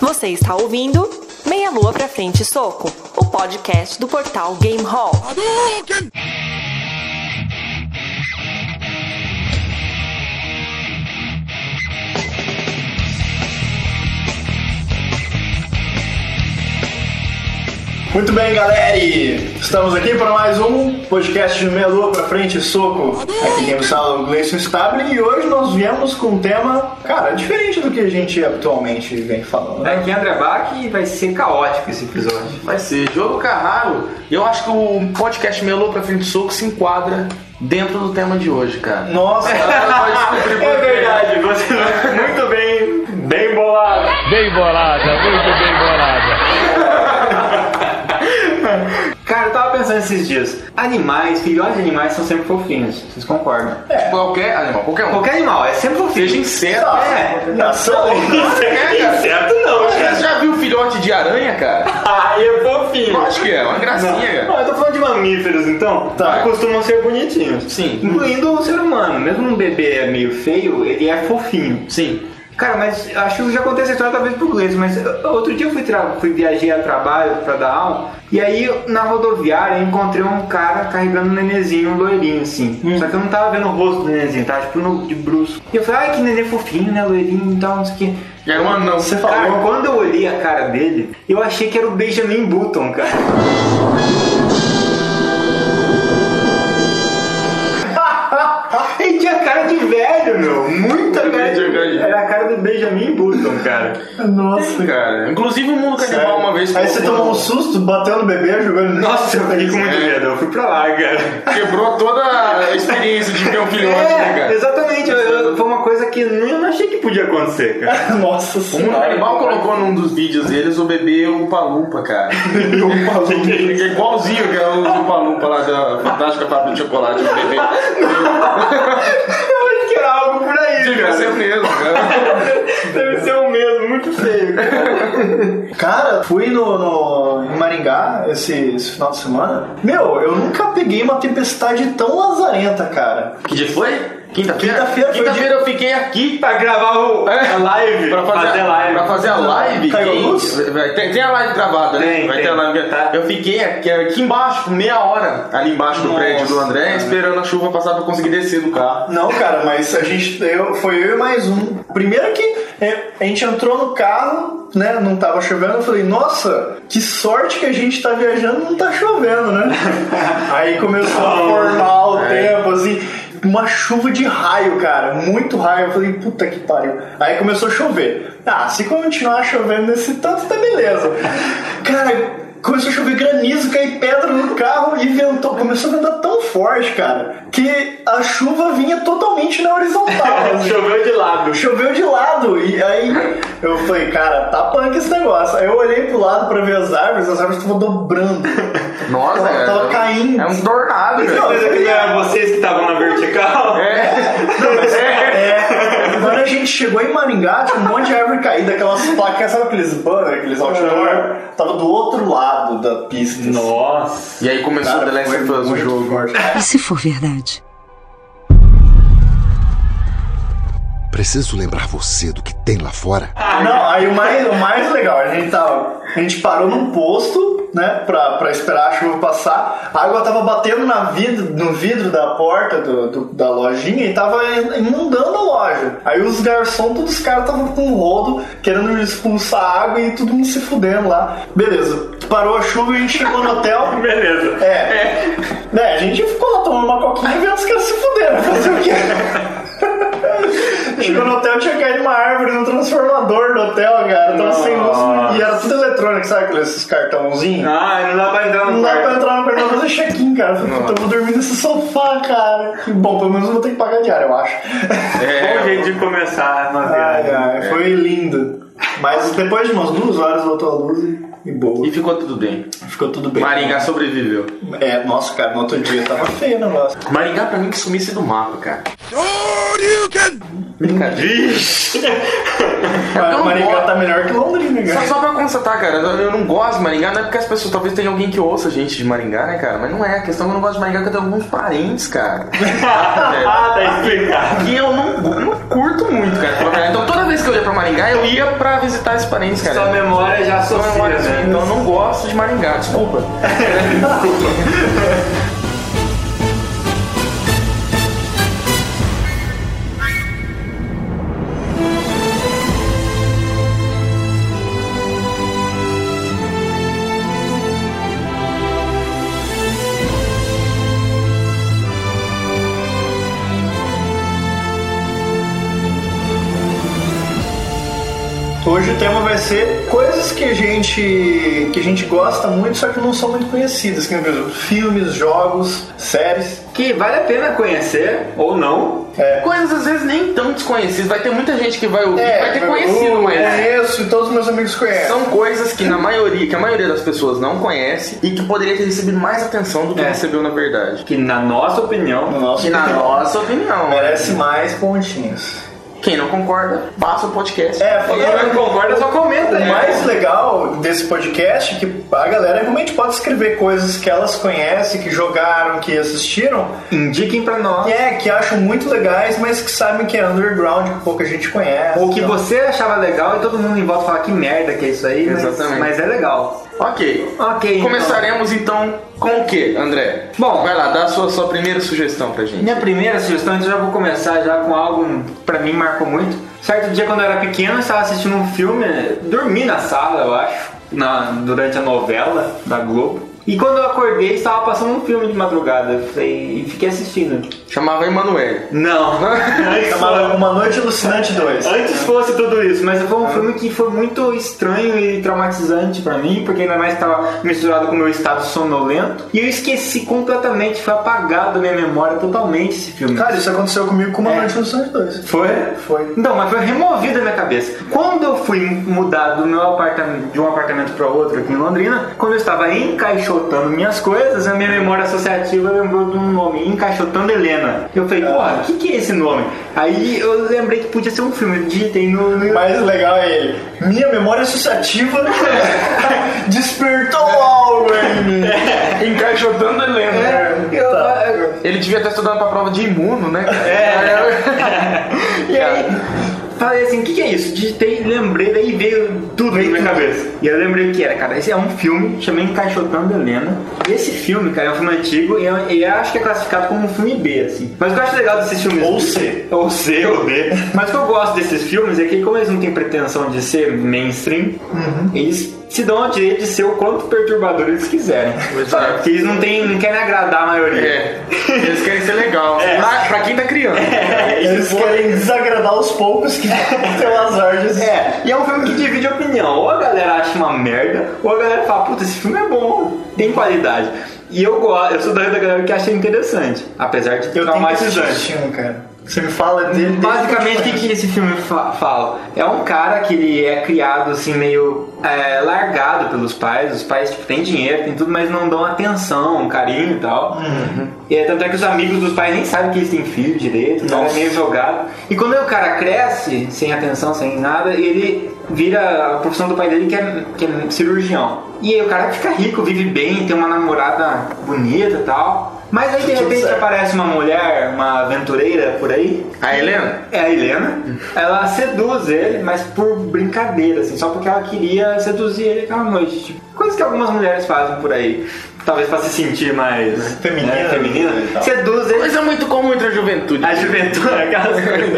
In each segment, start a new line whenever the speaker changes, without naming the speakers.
Você está ouvindo Meia Lua Pra Frente e Soco, o podcast do portal Game Hall.
Muito bem, galera! Estamos aqui para mais um podcast de Meia Lua pra Frente e Soco. Aqui quem nos fala é o Gleison Stable e hoje nós viemos com um tema, cara, diferente do que a gente habitualmente vem falando. Né?
Aqui é André Bach e vai ser caótico esse episódio.
Vai ser jogo Carraro. Eu acho que o podcast Melô pra frente do soco se enquadra dentro do tema de hoje, cara.
Nossa, é verdade, você muito bem, bem bolado.
Bem bolada, muito bem bolada.
Cara, eu tava pensando esses dias. Animais, filhotes de animais são sempre fofinhos. Vocês concordam?
É.
Qualquer animal, qualquer um.
Qualquer animal é sempre fofinho.
Seja inseto.
É.
Não, são inseto não,
Você
cara.
já viu filhote de aranha, cara?
Aí é
Eu
fofinho.
acho que é, uma
Não,
gracinha, cara.
não, eu tô falando de mamíferos então,
Tá.
que costumam ser bonitinhos.
Sim.
Incluindo o ser humano. Mesmo um bebê é meio feio, ele é fofinho.
Sim.
Cara, mas acho que eu já contei essa história talvez pro Gleison, mas uh, outro dia eu fui, tra- fui viajar a trabalho pra dar aula, e aí na rodoviária eu encontrei um cara carregando um nenezinho, um loirinho assim. Só que eu não tava vendo o rosto do nenezinho, tava tipo no, de bruxo. E eu falei, ai que neném fofinho, né, loirinho e tal, não sei o quê.
E aí, mano, não.
Você
Cara,
falou.
quando eu olhei a cara dele, eu achei que era o Benjamin Button, cara. Ele tinha cara de velho, meu. Muita cara de
Benjamin.
Era a cara do Benjamin Button, cara.
Nossa,
Cara, inclusive o mundo canibal uma vez.
Aí você tomou um susto, bateu no bebê, jogando. É.
Nossa, eu fiquei com muito medo. Eu fui pra lá, cara.
Quebrou toda a experiência de ver um filhote, né,
um É,
cara?
exatamente. eu- eu- foi uma coisa que nem- eu não achei que podia acontecer, cara.
Nossa
O mundo
senhora.
canibal Um colocou num dos vídeos deles o bebê Upa-Lupa, cara. É igualzinho que é o Upa-Lupa lá da Fantástica Fábrica de Chocolate, o bebê.
Eu acho que era algo por aí,
Devia ser
cara.
é mesmo, cara.
Deve ser o mesmo, muito feio, cara.
Cara, fui no, no- em Maringá esse, esse final de semana. Meu, eu nunca peguei uma tempestade tão lazarenta, cara.
Que dia foi? Quinta-feira?
Quinta-feira foi o
Quinta-feira eu fiquei aqui
Pra gravar o, a live.
pra fazer,
a live.
pra fazer a live.
Caiu
quem-
luz?
vai- Tem, tem a live gravada, né?
Tem,
Vai
tem.
ter a live.
Tá.
Eu fiquei aqui, aqui embaixo, por meia hora, ali embaixo do
Nossa,
prédio do André,
cara.
esperando a chuva passar pra eu conseguir descer do carro.
Não, cara, mas a gente. Eu, foi eu e mais um. Primeiro que é, a gente entrou no carro, né? Não tava chovendo. Eu falei, nossa, que sorte que a gente tá viajando e não tá chovendo, né? Aí começou a formar o
É.
tempo, assim. Uma chuva de raio, cara. Muito raio. Eu falei, puta que pariu. Aí começou a chover. Ah, se continuar chovendo nesse tanto, tá beleza. Cara. Começou a chover granizo, cair pedra no carro e ventou. Começou a ventar tão forte, cara, que a chuva vinha totalmente na horizontal. assim.
Choveu de lado.
Choveu de lado. E aí eu falei, cara, tá punk esse negócio. Aí eu olhei pro lado pra ver as árvores, as árvores estavam dobrando.
Nossa,
Tava-
cara.
tava caindo.
É um tornado,
Não,
velho.
Mas é que não era vocês que estavam na vertical?
É.
É, quando a gente chegou em Maringá, tinha um monte de árvore caída, aquelas placas, sabe aqueles banner, aqueles outdoor? Tava do outro lado da pista. assim.
Nossa.
E aí começou
Cara,
o The Last
foi
of Us, o
muito
jogo.
forte.
E se for verdade?
Preciso lembrar você do que tem lá fora.
Não, aí o mais, o mais legal, a gente tava. A gente parou num posto, né? Pra, pra esperar a chuva passar. A água tava batendo na vidro, no vidro da porta do, do- da lojinha e tava inundando a loja. Aí os garçons, todos os caras estavam com um rodo, querendo expulsar a água e todo mundo se fudendo lá. Beleza, parou a chuva e a gente chegou no hotel.
Beleza.
É. Né, a gente ficou lá tomando uma coquinha e vendo os caras se fuderam. Fazer o quê? Chegou no hotel, tinha caído uma árvore no transformador do hotel, cara. Tava sem luz
Nossa.
e era tudo eletrônico, sabe aqueles esses cartãozinhos?
Ah, não dá pra entrar no
Não dá pra
quarto.
entrar no quarto pra fazer check-in, cara. Eu falei, Puta, eu vou dormir nesse sofá, cara. Que Bom, pelo menos eu vou ter que pagar diário, eu acho.
Bom
É.
jeito de começar uma
Ai,
viagem.
ai, foi lindo. Mas depois de umas duas horas voltou a luz e- e boa.
E ficou tudo bem.
Ficou tudo bem.
Maringá sobreviveu.
É, nossa, cara, no outro dia tava feio o negócio.
Maringá pra mim que sumisse do mapa, cara.
Vixe!
Mas
não
Maringá
gosto.
tá melhor que Londrina,
Só,
cara.
só pra constatar, cara, eu eu não gosto de Maringá, não é porque as pessoas, talvez tenha alguém que ouça a gente de Maringá, né, cara? Mas não é, a questão é que eu não gosto de Maringá é que eu tenho alguns parentes, cara.
ah, tá explicado.
então, que eu não, não curto muito, cara. pra Maringá. Então toda vez que eu ia pra Maringá, eu ia pra visitar esses parentes, cara.
Sua memória já
Sua
associa,
memória,
né?
Então eu não gosto de Maringá, desculpa.
Hoje o tema vai ser coisas que a gente que a gente gosta muito, só que não são muito conhecidas aqui no Brasil. Filmes, jogos, séries.
Que vale a pena conhecer, ou não.
É.
Coisas às vezes nem tão desconhecidas. Vai ter muita gente que vai ouvir, É,
É,
vai ter
eu
conhecido, mas.
Conheço e todos os meus amigos conhecem.
São coisas que na maioria, que a maioria das pessoas não conhece e que poderia ter recebido mais atenção do que
É.
recebeu na verdade.
Que na nossa opinião. É.
No nosso
Que na
opinião,
nossa opinião,
merece mais pontinhos.
quem não concorda, passa o podcast.
É,
Quem não concorda, só comenta
O
né?
aí.
mais legal desse podcast é que a galera realmente pode escrever coisas que elas conhecem, que jogaram, que assistiram,
Indiquem pra nós.
e é, que acham muito legais, mas que sabem que é underground, que pouca gente conhece.
Ou que
Então,
você achava legal e todo mundo em volta fala que merda que é isso aí. mas-
Exatamente.
Mas, é legal.
Ok.
Ok. então.
Começaremos então com o que, André?
Bom.
vai lá, dá a sua, sua primeira sugestão pra gente.
Minha primeira sugestão, então eu já vou começar já com algo que pra mim marcou muito. Certo dia quando eu era pequeno, eu estava assistindo um filme, dormi na sala, eu acho, na- durante a novela da Globo. E quando eu acordei, estava passando um filme de madrugada. Eu falei, e fiquei assistindo.
Chamava Emanuel.
Não. Antes
Chamava
fosse-
Uma Noite Alucinante 2.
Antes fosse tudo isso, mas foi um filme que foi muito estranho e traumatizante pra mim, porque ainda mais estava misturado com o meu estado sonolento. E eu esqueci completamente, foi apagado da minha memória totalmente esse filme.
Cara, isso aconteceu comigo com Uma
É.
Noite Alucinante 2.
Foi?
Foi.
Não, mas foi removido da minha cabeça. Quando eu fui mudar do meu apartamento, de um apartamento para outro aqui em Londrina, quando eu estava encaixotando minhas coisas, a minha memória associativa lembrou de um nome, Encaixotando Helena. Eu
Ah.
falei, porra, o que, que é esse nome? Aí eu lembrei que podia ser um filme, eu digitei no. no...
mais legal é ele. Minha memória associativa despertou algo em mim.
Encaixotando Helena.
É, Eu-
Tá.
eu-
Ele devia estar estudando pra prova de imuno, né? cara?
É. E aí, falei assim, o que, que é isso? Digitei, lembrei, daí veio tudo na minha cabeça. E eu lembrei o que era, cara. Esse é um filme, chamei Encaixotando Helena. Esse filme, cara, é um filme antigo e eu, e eu acho que é classificado como um filme B, assim. Mas o que eu acho legal desses filmes...
Ou C.
Ou C, ou B. Mas o que eu gosto desses filmes é que como eles não têm pretensão de ser mainstream, eles se dão a direito de ser o quanto perturbador eles quiserem. Sabe? Porque eles não, têm, não querem agradar a maioria.
É. Eles querem ser legal. Lá, pra quem tá criando.
É.
Eles querem desagradar os poucos que têm o azar de existir.
É, e é um filme que divide opinião. Ou a galera acha uma merda, ou a galera fala, puta, esse filme é bom, tem qualidade. E eu gosto, eu sou da da galera que acha interessante, apesar de
Eu tenho que
traumatizante.
assistir um, cara. Você me fala dele. desde
Basicamente, o que,
que
que esse filme fa- fala? É um cara que ele é criado assim, meio é, largado pelos pais. Os pais, tipo, têm dinheiro, tem tudo, mas não dão atenção, um carinho e tal.
Uhum.
E é, tanto é que os amigos dos pais nem sabem que eles têm filho direito, então é meio jogado. E quando o cara cresce, sem atenção, sem nada, ele vira a profissão do pai dele que é, que é cirurgião. E aí o cara fica rico, vive bem, tem uma namorada bonita e tal. Mas aí de
Tudo
repente
certo.
aparece uma mulher, uma aventureira por aí,
A Helena?
é a Helena, ela seduz ele, mas por brincadeira, assim, só porque ela queria seduzir ele aquela noite. Tipo, coisa que algumas mulheres fazem por aí. Talvez pra se sentir mais
Feminina.
né, feminina.
E tal. É.
Seduz ele.
Mas é muito comum entre a juventude.
A juventude, aquelas coisas.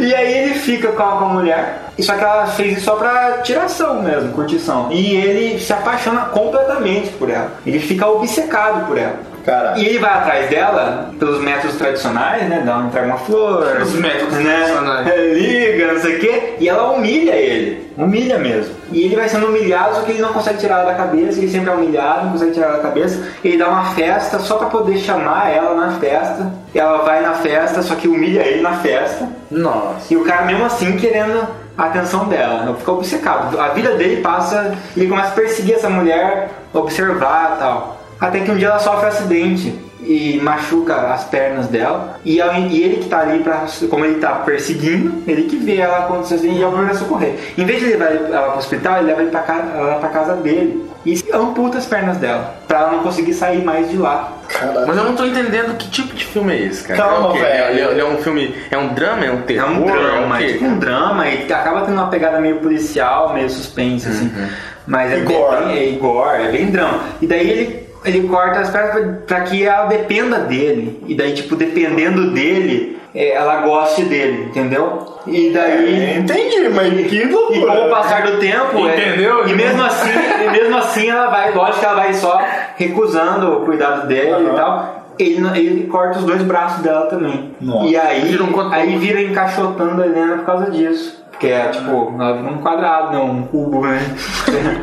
E aí ele fica com a, com a mulher. e Só que ela fez isso só pra tiração mesmo, curtição. E ele se apaixona completamente por ela. Ele fica obcecado por ela.
Caralho.
E ele vai atrás dela pelos métodos tradicionais, né? Dá um, entrega uma flor.
Os métodos
né?
tradicionais.
É, Liga, não sei o quê. E ela humilha ele. Humilha mesmo. E ele vai sendo humilhado, só que ele não consegue tirar ela da cabeça. Ele sempre é humilhado, não consegue tirar ela da cabeça. Ele dá uma festa só pra poder chamar ela na festa. E ela vai na festa, só que humilha ele na festa.
Nossa.
E o cara, mesmo assim, querendo a atenção dela, fica obcecado. A vida dele passa, ele começa a perseguir essa mulher, observar e tal. Até que um dia ela sofre um acidente e machuca as pernas dela. E, ela- e ele que tá ali, pra, como ele tá perseguindo, ele que vê ela acontecer assim e é o primeiro a socorrer. Em vez de levar ele- ela pro hospital, ele leva ele pra casa, ela pra casa dele. E e amputa as pernas dela, pra ela não conseguir sair mais de lá.
Caralho.
Mas eu não tô entendendo que tipo de filme é esse, cara.
Calma,
é o quê?
velho.
Ele, é- ele é um filme. É um drama? É um
É
terror?
um drama,
é
é
o quê?
tipo um drama e acaba tendo uma pegada meio policial, meio suspense, assim.
Uhum.
Mas é
E
bem-
gore.
é Igor, é bem drama. E daí ele, ele corta as pernas pra- pra que ela dependa dele. E daí, tipo, dependendo dele, é, ela goste dele, entendeu? E
É,
daí.
Entendi, mas que
E
loucura.
com o passar do tempo, é-
Entendeu?
e mesmo assim, e mesmo assim ela vai, lógico que ela vai só recusando o cuidado dele
Aham.
e tal. Ele, não- ele corta os dois braços dela também.
Nossa.
E aí,
Vira um quadrado.
aí vira encaixotando a Helena por causa disso. Porque é tipo, ela vira um quadrado, não, um cubo, né?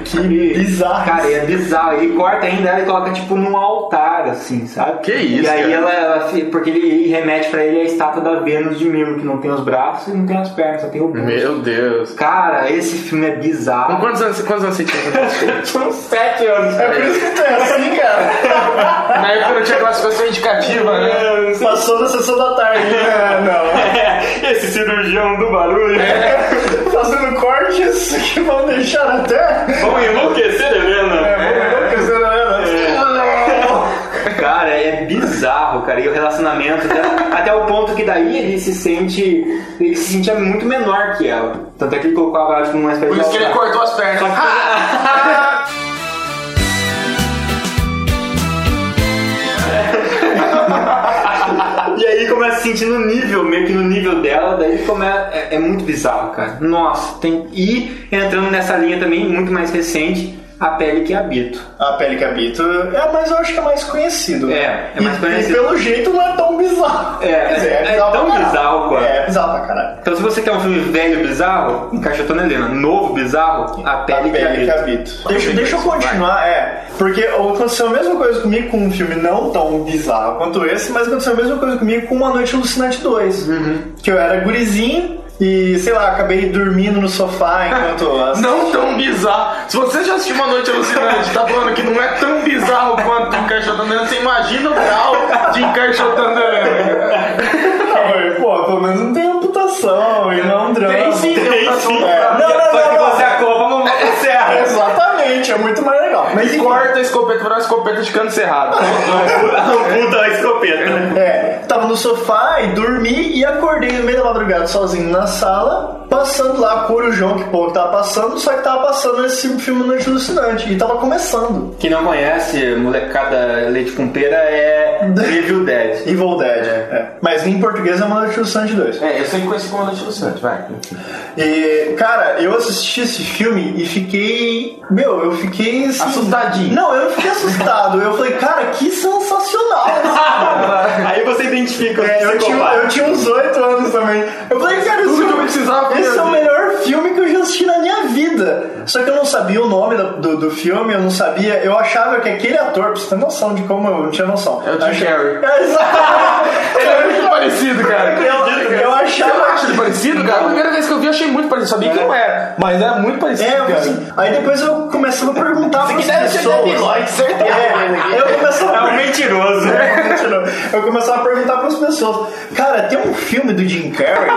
que
bizarro.
Cara, é bizarro. Ele corta ainda ela e coloca tipo num altar, assim, sabe?
Que isso,
E aí
cara.
ela, ela fi- Porque ele, ele remete pra ele a estátua da Vênus de Milo, que não tem os braços e não tem as pernas, só tem o busto.
Meu Deus.
Cara, esse filme é
Com
bizarro.
quantos anos, quantos anos você tinha quando você assistiu?
São sete anos. né?
É por isso que tu é assim, cara.
Na época eu não tinha classificação indicativa, né?
Passou na sessão da tarde. É, Não,
É, Esse cirurgião do barulho.
não. Fazendo cortes que vão deixar até.
Vamos enlouquecer, né, É. Helena. Cara, é bizarro, cara. E o relacionamento, até, até o ponto que daí ele se sente. Ele se sentia muito menor que ela. Tanto é que ele colocou a Vale como uma espécie
Por
de
isso que ele
altar.
cortou as
Só que
pernas.
E aí começa a sentir no nível, meio que no nível dela, daí começa. É, é muito bizarro, cara. Nossa, tem. E entrando nessa linha também, muito mais recente, a pele que habito.
A pele que habito. É, mas eu acho que é mais conhecido.
É, é mais
E-
conhecido.
E pelo jeito não é tão bizarro.
É,
Quer dizer,
é
pra
tão
caralho.
bizarro, cara.
É, é bizarro pra caralho.
Então se você quer um filme velho bizarro, encaixotando Helena. Novo bizarro, a
A
pele, que,
pele que
habito.
habito. Deixa, deixa eu continuar, é. Porque aconteceu a mesma coisa comigo com um filme não tão bizarro quanto esse, mas aconteceu a mesma coisa comigo com Uma Noite Alucinante 2.
Uhum.
Que eu era gurizinho e, sei lá, acabei dormindo no sofá enquanto. as-
Não tão bizarro. Se você já assistiu uma noite alucinante, tá falando que não é tão bizarro quanto encaixotando Helena, você imagina o grau de encaixotando Helena.
Não, Pô, pelo menos não tem amputação e não é um drama.
Tem sim, tem amputação.
É. Não, não,
Só
não,
que
não.
você acabou, vamos lá, você é erra.
Exatamente, é muito mais legal. Mas
E
enfim,
corta a escopeta pra uma escopeta de canto cerrado.
Amputa a escopeta.
É, tava no sofá e dormi e acordei no meio da madrugada sozinho na sala, passando lá Corujão, que pouco tava passando, só que tava passando esse filme Noite Alucinante e tava começando.
Quem não conhece, molecada leite com pera é Evil Dead.
Evil Dead, é. Mas em português é uma Noite Alucinante 2.
É, eu sempre conheci como noite alucinante, vai.
E, cara, eu assisti esse filme e fiquei. Meu, eu fiquei. assim-
Assustadinho.
Não, eu não fiquei assustado. Eu falei, cara, que sensacional esse filme.
Aí você identifica
É,
um-
eu, tinha, eu tinha uns 8 anos também. Eu falei, cara, esse,
Tudo que eu
filme-
precisava fazer.
esse é o melhor filme que eu já assisti na minha vida. Só que eu não sabia o nome do, do, do filme, eu não sabia. Eu achava que aquele ator, pra você ter noção de como eu não tinha noção.
É o Jim
Eu achava-
Carrey.
É, exato.
Ele é muito parecido, cara.
Eu- eu achava-
Você não acha ele parecido, cara? A primeira vez que eu vi, eu achei muito parecido. Sabia que não era, mas é muito parecido,
É, eu
cara.
assim, aí depois eu começava a perguntar pras pessoas.
certeza.
É, eu começava
É
a
um mentiroso.
Eu começava a perguntar para as pessoas: Cara, tem um filme do Jim Carrey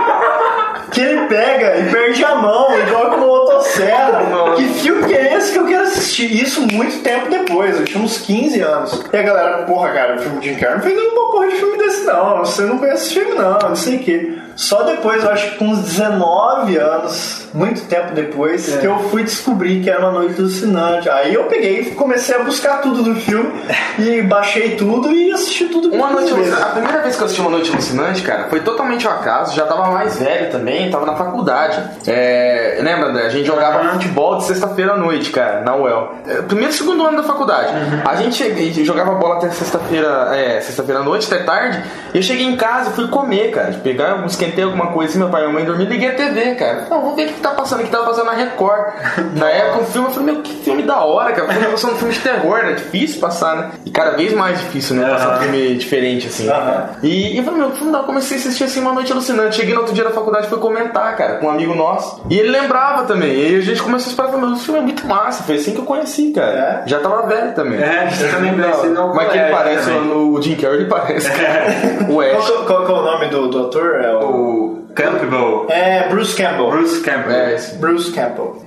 que ele pega e perde a mão e coloca uma motosserra. Que filme que é esse que eu quero assistir? E Isso muito tempo depois, eu tinha uns 15 anos. E a galera, porra, cara, o filme do Jim Carrey não fez nenhuma porra de filme desse, não. Você não conhece esse filme, não, não sei o quê. Só depois, eu acho que com uns 19 anos, muito tempo depois,
É.
que eu fui descobrir que era uma noite alucinante. Aí eu peguei e comecei a buscar tudo do filme e baixei tudo e assisti tudo
Uma noite
mesmo.
alucinante. A primeira vez que eu assisti uma noite alucinante, cara, foi totalmente ao acaso. Já tava mais velho também, tava na faculdade. É, lembra, André? A gente jogava futebol de sexta-feira à noite, cara, na UEL. É, primeiro e segundo ano da faculdade. A gente chega- a gente jogava bola até sexta-feira, é, sexta-feira à noite, até tarde. E eu cheguei em casa e fui comer, cara. Tipo, Pegar, um, esquentei alguma coisa, meu pai e minha mãe dormiam, liguei a TV, cara. Não, vamos ver o que tá passando, o que tá passando na Record. na época, um filme, eu falei, meu, que filme da hora, cara. Porque passando um filme de terror, né? Difícil passar, né? E cada vez mais difícil, né? Passar um filme diferente, assim.
Aham.
E, e eu falei, meu, não dá, comecei a assistir assim uma noite alucinante. Cheguei no outro dia na faculdade, fui comentar, cara, com um amigo nosso. E ele lembrava também. E a gente começou a esperar, falei, meu, esse filme é muito massa. Foi assim que eu conheci, cara. Já tava velho também.
É, você também conhece não
Mas que ele
colégio
parece,
também. É.
o, o Jim Carrey, ele parece, cara. o
Qual,
Ash.
que- qual que é o nome do, do ator? É o...
O...
Campbell.
É Bruce Campbell.
Bruce Campbell.
É, esse.
Bruce Campbell.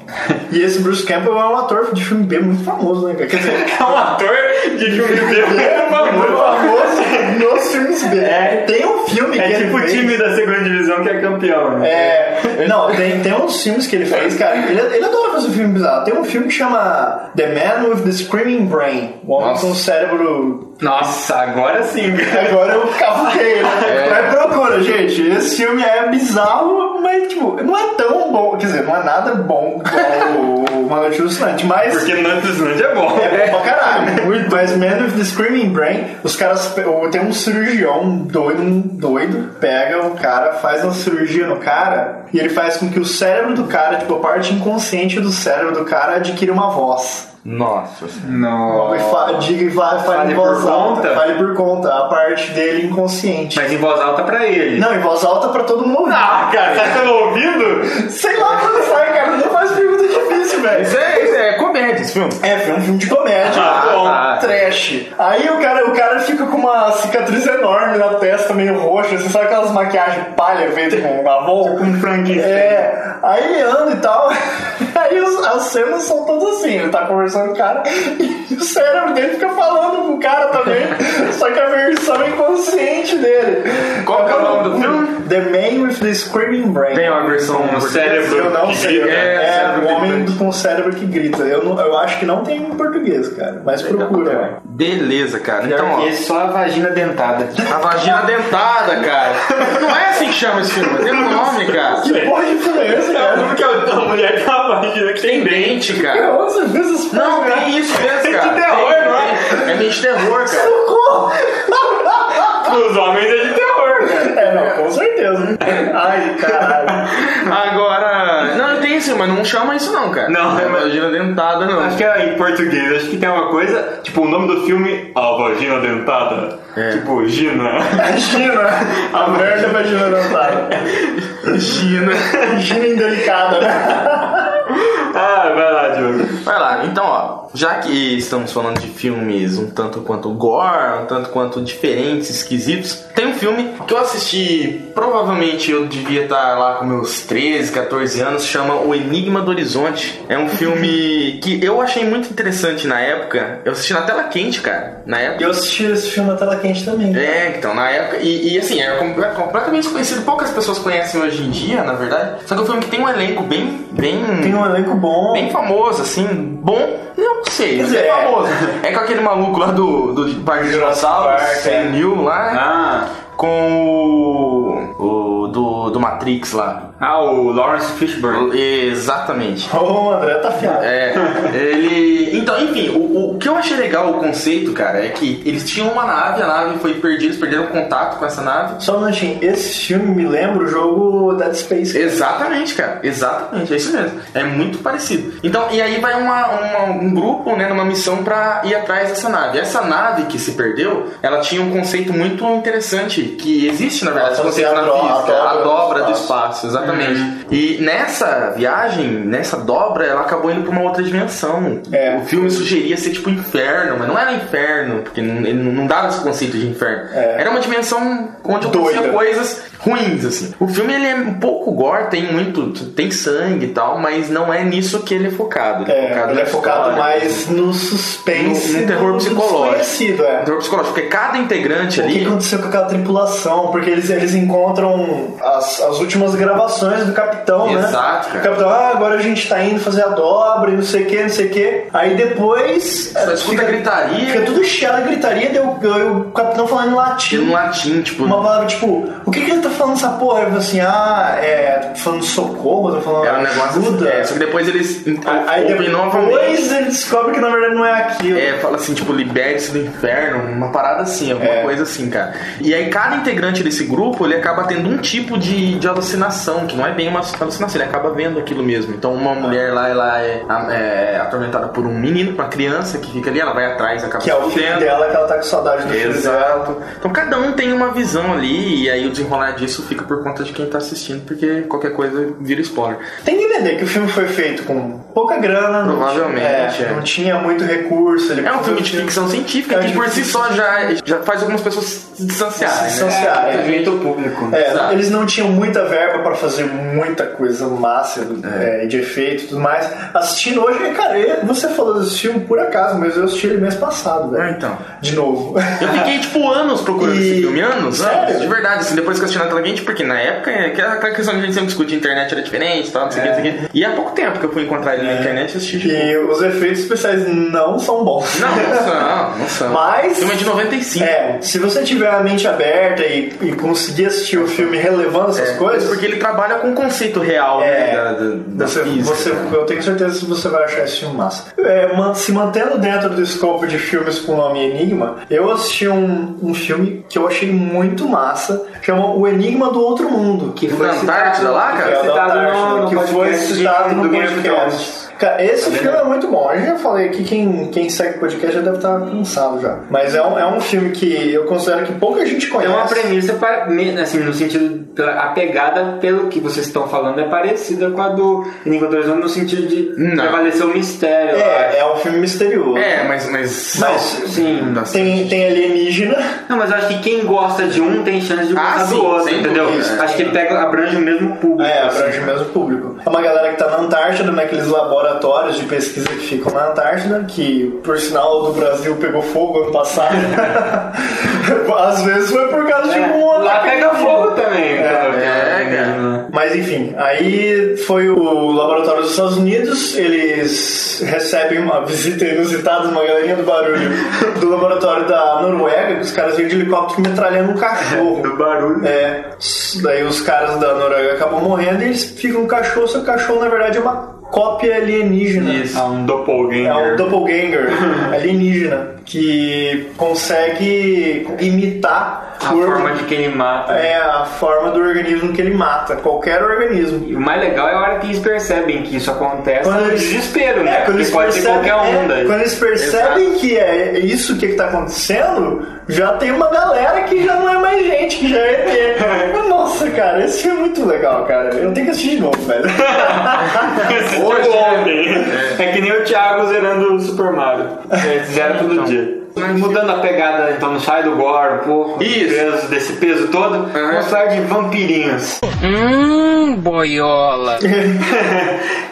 E esse Bruce Campbell é um ator de filme B muito famoso, né? cara? Quer dizer,
É um ator de filme B. É
muito famoso nos filmes B.
É.
Tem um filme que
É
ele
tipo o
fez-
time da segunda divisão que é campeão, né?
É, não, tem, tem uns filmes que ele fez, cara. Ele, ele adora fazer filme bizarro. Tem um filme que chama The Man with the Screaming Brain O Homem
Nossa.
com o Cérebro.
Nossa, agora sim, cara.
Agora eu cavuquei, né?
É.
Mas procura, gente. Esse filme é bizarro, mas, tipo, não é tão bom. Quer dizer, não é nada bom como o Maletício Sinante, mas.
Porque Nantes Islândia é bom.
É bom pra caralho. Muito, mas Man with the Screaming Brain, os caras. pe- o- Tem um cirurgião um doido, um doido, pega o cara, faz uma cirurgia no cara, e ele faz com que o cérebro do cara, tipo, a parte inconsciente do cérebro do cara, adquira uma voz.
Nossa. senhora.
E
Não.
fa, diga e fa, fale,
Oh. Fale
em
por
voz alta.
conta?
Fale por conta, a parte dele inconsciente.
Mas em voz alta pra ele.
Não, em voz alta pra todo mundo ouvir.
Ah, cara, tá pelo ouvido?
Sei lá quando sai, cara, não faz pergunta difícil, velho.
Isso é, isso é comédia esse filme.
É, foi um filme de comédia,
Ah,
bom,
tá.
trash. Aí o cara, o cara fica com uma cicatriz enorme na testa, meio roxa, você sabe aquelas maquiagens palha feitas com Avon?
Com Frankenstein.
É, aí ele anda e tal, aí os- as cenas são todas assim, ele tá conversando com o cara e o cérebro dele fica falando com o cara também, só que a versão é inconsciente dele.
Qual que é o nome do filme?
The Man with the Screaming Brain.
Tem uma versão
Um
portuguesa?
cérebro
Eu não
que
sei.
grita.
É,
É,
o
cérebro
homem
gritante.
com o cérebro que grita. Eu, não- eu acho que não tem em português, cara. Mas procura, velho.
Beleza, cara.
Pior
Então,
que
ó.
esse, é só a vagina dentada.
A vagina dentada, cara. Não é assim que chama esse filme. Tem um nome, cara.
Que porra de filme é esse, cara?
Porque a mulher com a vagina que
Tem dente, cara.
Nossa, essas
Não,
porra,
tem isso mesmo, cara.
de terror,
Tem,
não é?
tem. É meio de terror, cara.
Socorro!
Os homens é de terror, cara.
É, não, com certeza. Ai, caralho.
Agora. Não, tem sim, mas não chama isso, não, cara.
Não,
é
mas-
vagina dentada, não.
Acho que é em português, acho que tem uma coisa, tipo, o nome do filme, a vagina dentada. Tipo, Gina.
Imagina a merda pra Gina Natal.
é
Gina.
Gina indelicada, né?
ah, vai lá, Diogo.
Vai lá, então, ó. Já que estamos falando de filmes um tanto quanto gore, um tanto quanto diferentes, esquisitos, tem um filme que eu assisti, provavelmente eu devia estar lá com meus 13, 14 anos, chama O Enigma do Horizonte. É um filme que eu achei muito interessante na época. Eu assisti na tela quente, cara. Na época.
Eu assisti esse filme na tela quente também.
É, então, na época. E, e, assim, era com- era completamente desconhecido. Poucas pessoas conhecem hoje em dia, na verdade. Só que é um filme que tem um elenco bem. bem
Tem um elenco bom.
bem famoso, assim, bom, não sei,
Quer
mas
dizer,
é
é.
famoso. É com aquele maluco lá do, do Parque dos
Jurassic
Dinossauros,
Park, é.
New lá,
Ah,
com o, o do, do Matrix lá.
ah, o Lawrence Fishburne.
Exatamente.
Ô, o André tá afiado.
É, ele. Então, enfim, o- o, o que eu achei legal o conceito, cara, é que eles tinham uma nave, a nave foi perdida, eles perderam contato com essa nave.
Só um minutinho, esse filme me lembra o jogo Dead Space.
Exatamente, cara. Exatamente, é isso mesmo. É muito parecido. Então, e aí vai uma, uma- um grupo, né, numa missão pra ir atrás dessa nave. Essa nave que se perdeu, ela tinha um conceito muito interessante, que existe, na verdade, esse
Ela
conceito na
fazia a do- a
física, a
dobra do
dobra do
espaço. Uhum.
espaço, exatamente. E nessa viagem, nessa dobra, ela acabou indo pra uma outra dimensão.
É.
O filme sugeria ser tipo inferno, mas não era inferno, porque não, ele não dava esse conceito de inferno.
É.
Era uma dimensão onde aconteciam
Doida.
Então, coisas ruins, assim. O filme ele é um pouco gore, tem muito, tem sangue e tal, mas não é nisso que ele é focado. Ele
É,
é, focado,
ele
na
é focado
história, assim.
mais no suspense,
No- no terror
do- do
psicológico.
desconhecido, é.
no terror psicológico, porque cada integrante
O que
ali
aconteceu com aquela tripulação? Porque eles, eles encontram as, as últimas gravações do capitão, né?
Exato, cara.
O capitão, ah, agora a gente tá indo fazer a dobra e não sei o que, não sei o que. Aí depois.
só
eh,
escuta gritaria,
Fica tudo cheio de gritaria deu, deu- o capitão falando em
tiro
latim.
no latim, tipo,
Uma palavra tipo, o que, que ele tá falando essa porra? Ele fala assim, ah, é. Tá falando socorro, tá falando
era um negócio
ajuda.
É, só que depois eles
Aí
ouvem novamente.
depois ele descobre que na verdade não é aquilo.
É, fala assim, tipo, liberte-se do inferno, uma parada assim, alguma
É.
coisa assim, cara. E aí cada integrante desse grupo, ele acaba tendo um tipo de, de alucinação, que não é bem uma alucinação, ele acaba vendo aquilo mesmo. Então uma mulher lá, ela é, a- é atormentada por um menino, por uma criança que fica ali, ela vai atrás, acaba
Que é o
se
filho
fudendo.
dela que ela tá com saudade do filho dela.
Exato. Então cada um tem uma visão ali, e aí o desenrolar disso fica por conta de quem tá assistindo, porque qualquer coisa vira spoiler.
Tem que entender que o filme foi feito com pouca grana, não
Provavelmente,
tinha-
é.
não tinha muito recurso. ele
É um filme de
precisou-
ficção científica
É
que
de
por si
ficção.
só já, já faz algumas pessoas se distanciarem.
Se
né?
distanciar, é.
Evento público.
É,
Exato.
eles não tinham muita verba pra fazer muita coisa massa é, de efeito e tudo mais. Assistindo hoje, é, cara, eu- você falou desse filme por acaso, mas eu assisti ele mês passado, velho.
É, então.
De novo.
Eu fiquei, tipo, anos procurando
E-
esse filme. Anos,
Sério?
anos. De verdade, assim, depois que eu assisti na televisão, porque na época, é aquela aquela questão que a gente sempre discute, internet era diferente e tal, não sei o que, não sei o que.
É.
E há pouco tempo que eu fui encontrar ele na internet e assisti. tipo,
e os efeitos especiais não são bons.
Não, não são, não são.
Mas-
Filme é de 95.
É, se você tiver a mente aberta e, e conseguir assistir o filme relevando essas coisas,
É, Porque ele trabalha com o conceito real
É,
né, da, da, da
você,
física. né?
você- eu tenho certeza que você vai achar esse filme massa. É, man- se mantendo dentro do escopo de filmes com nome Enigma, eu assisti um, um filme que eu achei muito massa, chama O Enigma do Outro Mundo.
Que
Na Antártida lá, cara?
É,
Foi
da
citado
Antártida,
tá no, no
que foi
podcast de-
citado no
do Game of
podcast.
Thrones. Tá
Cara, esse filme é muito bom. Eu já falei aqui, quem, quem segue o podcast já deve estar cansado já. Mas é um, é um filme que eu considero que pouca gente
É
conhece.
uma premissa, para, me- assim, no sentido, pela, a pegada, pelo que vocês estão falando, é parecida com a do Enigma do Horizonte, no sentido de
Não.
prevalecer o mistério. eu acho.
É, é um filme misterioso.
É, mas. mas...
Mas
Sim.
Nossa.
tem, tem alienígena.
Não, mas eu acho que quem gosta de um tem chance de
Ah,
gostar
sim,
do outro,
sem
entendeu?
dúvida.
Acho que pega, abrange o mesmo público.
É,
assim.
abrange o mesmo público. É uma galera que tá na Antártida, naqueles laboratórios de pesquisa que ficam na Antártida, que por sinal o do Brasil pegou fogo ano passado. Às vezes foi por causa de um
É, lá
ataque
pega
de
fogo também. né, cara.
é, cara.
Mas enfim, aí foi o laboratório dos Estados Unidos, eles recebem uma visita inusitada, uma galerinha do barulho, do laboratório da Noruega, que os caras vêm de helicóptero metralhando um cachorro.
Do barulho.
É, daí os caras da Noruega acabam morrendo e eles ficam com o cachorro, só que o cachorro na verdade é uma cópia alienígena.
Isso.
Ah, um doppelganger.
É um doppelganger alienígena que consegue imitar
A
por-
forma de quem ele mata.
é, a forma do organismo que ele mata, qualquer organismo.
E o mais legal é a hora que eles percebem que isso acontece
Quando
no
eles-
desespero,
É,
né?
quando
Porque
eles,
pode ser
percebem,
qualquer um
é,
daí.
quando eles percebem que é isso que, que tá acontecendo, já tem uma galera que já não é mais gente, que já é ET. Nossa, cara, esse filme é muito legal, cara. Eu tenho que assistir de novo, velho.
Hoje, ontem. É que nem o Thiago zerando o Super Mario. É, zera todo
Então.
dia. Mudando a pegada, então não sai do gore um pouco,
Isso.
Peso, desse peso todo, vamos falar de vampirinhos.
Hum, boiola.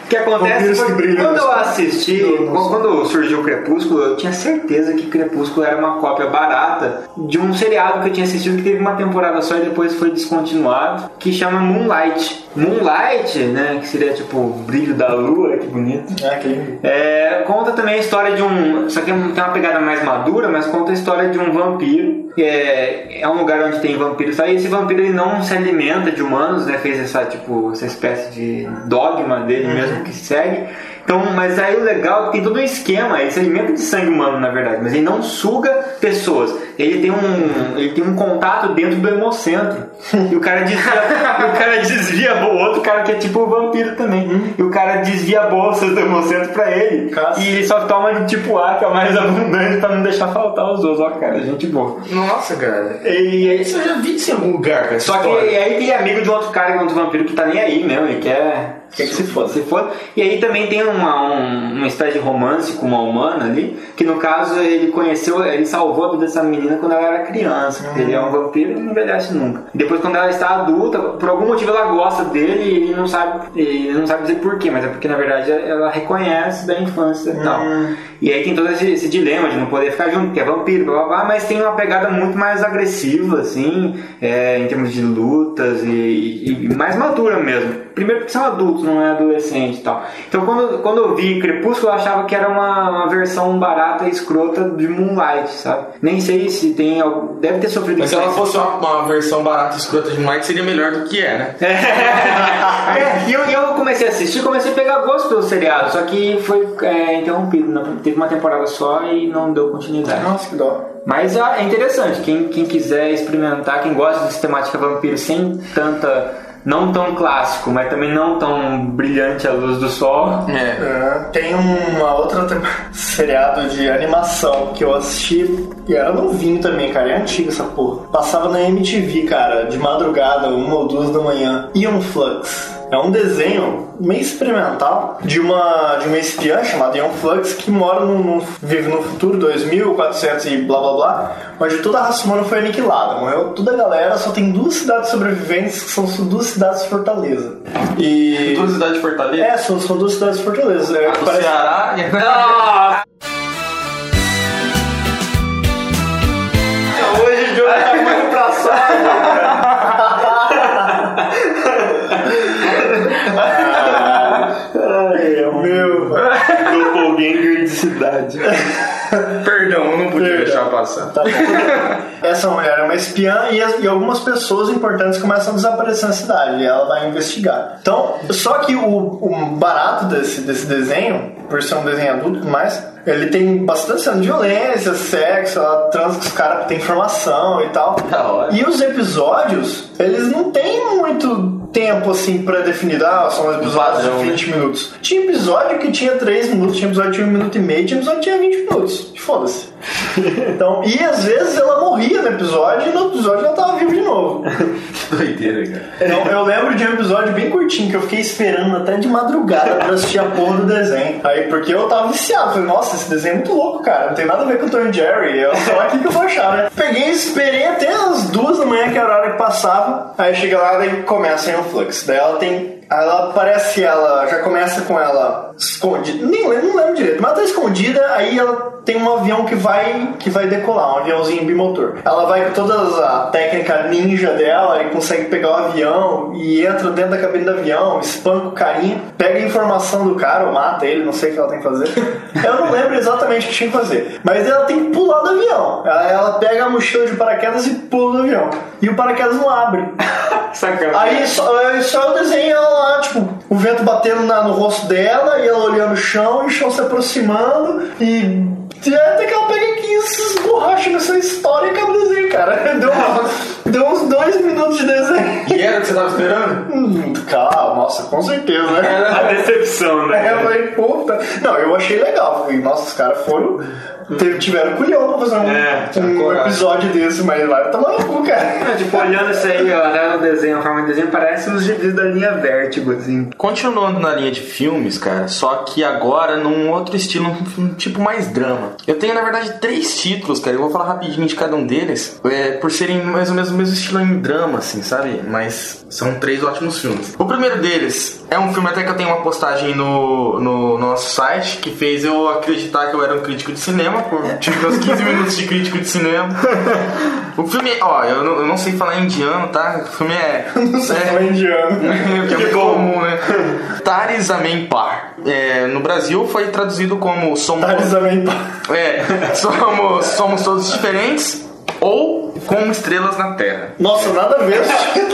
O que acontece
Vampiros que
foi-
brilham
quando
no
eu
escuro.
assisti,
Não,
quando surgiu o Crepúsculo, eu tinha certeza que Crepúsculo era uma cópia barata de um seriado que eu tinha assistido que teve uma temporada só e depois foi descontinuado, que chama Moonlight. Moonlight, né, que seria tipo o brilho da lua, que bonito.
Ah, que lindo.
É, conta também a história de um. Só que é um- tem uma pegada mais madura, mas conta a história de um vampiro. É, é um lugar onde tem vampiros. Tá? E esse vampiro ele não se alimenta de humanos, né? Fez essa, tipo, essa espécie de dogma dele mesmo que segue. Então, mas aí o legal é que tem todo um esquema, ele se alimenta de sangue humano, na verdade, mas ele não suga pessoas. Ele tem um, ele tem um contato dentro do hemocentro. E o cara desvia, e o cara desvia o outro cara que é tipo um vampiro também. E o cara desvia bolsas do hemocentro pra ele.
Cacete.
E ele só toma de tipo A, que é o mais abundante, pra não deixar faltar os outros. Ó, cara, gente boa.
Nossa, cara.
E,
Isso eu já vi isso em algum lugar, cara.
só que aí tem amigo de um outro cara, de um outro vampiro que tá nem aí mesmo, ele quer.
Quer que se foda.
Se foda. E aí também tem uma, um, uma espécie de romance com uma humana ali, que no caso ele conheceu, ele salvou a vida dessa menina quando ela era criança, porque ele é um vampiro e não envelhece nunca. Depois quando ela está adulta, por algum motivo ela gosta dele e ele não sabe, ele não sabe dizer porquê, mas é porque na verdade ela reconhece da infância e tal. E aí tem todo esse, esse dilema de não poder ficar junto, porque é vampiro, blá blá blá, mas tem uma pegada muito mais agressiva, assim, é, em termos de lutas e, e- e mais madura mesmo. Primeiro porque são adultos, não é adolescente e tal. Então quando, quando eu vi Crepúsculo, eu achava que era uma, uma versão barata e escrota de Moonlight, sabe? Nem sei se tem. algum- Deve ter sofrido
Mas se ela
influência.
fosse uma, uma versão barata e escrota de Mike, seria melhor do que é, né?
É, e eu, e eu comecei a assistir, comecei a pegar gosto pelo seriado, só que foi é, interrompido. né? Teve uma temporada só e não deu continuidade.
Nossa, que dó.
Mas é ah, é interessante, quem, quem quiser experimentar, quem gosta de sistemática vampiro sem tanta não tão clássico, mas também não tão brilhante à luz do sol.
É.
É, Tem uma outra tem- seriado de animação que eu assisti e era novinho também, cara. É antiga essa porra. Passava na MTV, cara, de madrugada, uma ou duas da manhã. Ion Flux. É um desenho meio experimental de uma, de uma espiã chamada Ion Flux que mora num, num- vive no futuro 2400 e blá blá blá, onde toda a raça humana foi aniquilada. Morreu toda a galera, só tem duas cidades sobreviventes que são duas cidades fortaleza. E.
Duas cidades de Fortaleza.
É, são, são duas cidades de Fortaleza. É,
A do
parece-
Ceará e
é
Hoje o Johnny tá muito engraçado. Ai, meu.
Doppelganger de cidade.
Perdão, eu não podia
Perdão.
deixar passar.
Tá bom. Essa mulher é uma espiã e, as- e algumas pessoas importantes começam a desaparecer na cidade e ela vai investigar. Então, só que o, o barato desse, desse desenho, por ser um desenho adulto e tudo mais, ele tem bastante cena de violência, sexo, ela transa com os caras que tem informação e tal.
Da hora.
E os episódios, eles não têm muito tempo assim pré-definido. Ah, são episódios
Padrão,
de
né?
20 minutos. Tinha episódio que tinha 3 minutos, tinha episódio que tinha 1 minuto e meio, tinha episódio que tinha 20 minutos. Foda-se. Então, e às vezes ela morria no episódio e no outro episódio ela tava viva de novo.
Que doideira, cara.
Então, eu lembro de um episódio bem curtinho que eu fiquei esperando até de madrugada pra assistir a porra do desenho. Aí, porque eu tava viciado. Falei, nossa, esse desenho é muito louco, cara. Não tem nada a ver com o Tom e Jerry. Eu sei lá o que, que eu vou achar, né? Peguei, esperei até as duas da manhã, que era a hora que passava. Aí chega lá daí começa o Flux. Daí ela tem. Aí ela aparece, ela já começa com ela escondida. Nem lembro, não lembro direito, mas ela tá escondida, aí ela tem um avião que vai que vai decolar, um aviãozinho bimotor. Ela vai com toda a técnica ninja dela e consegue pegar o avião e entra dentro da cabine do avião, espanca o carinha, pega a informação do cara, ou mata ele, não sei o que ela tem que fazer. Eu não lembro exatamente o que tinha que fazer. Mas ela tem que pular do avião. Ela, ela pega a mochila de paraquedas e pula do avião. E o paraquedas não abre.
Sacanagem.
É.
Aí só, aí só eu desenho ela lá, tipo, o vento batendo na- no rosto dela e ela olhando o chão e o chão se aproximando e. e Até que ela pega 15 borrachas nessa história e acaba o desenho, cara. Deu, deu uns dois minutos de desenho.
E era o que você tava esperando?
Hum, calma, nossa, com certeza, né?
A
É.
decepção,
Aí eu
né?
falei, puta. Não, eu achei legal. Falei, nossa, os caras foram. teve- tiveram culhão pra fazer um,
É,
um
coragem. É.
episódio desse, mas vai tomar no cu, cara.
Não, tipo, olhando isso aí, ó, olhando o desenho, a forma do desenho, parece os gibis da linha Vértigo, assim.
Continuando na linha de filmes, cara, só que agora num outro estilo, um tipo mais drama. Eu tenho, na verdade, três títulos, cara, eu vou falar rapidinho de cada um deles, é, por serem mais ou menos o mesmo estilo em drama, assim, sabe? Mas são três ótimos filmes. O primeiro deles é um filme até que eu tenho uma postagem no, no nosso site, que fez eu acreditar que eu era um crítico de cinema, por
É.
tipo, meus 15 minutos de crítico de cinema. O filme, ó, eu não, eu não sei falar indiano, tá? O filme é...
Não sei,
é-
é. indiano. Tipo,
que é muito comum, né? Taris Amém Par. É, no Brasil foi traduzido como somos,
Thales também.
é, somos, somos todos diferentes ou como estrelas na Terra.
Nossa, nada a ver.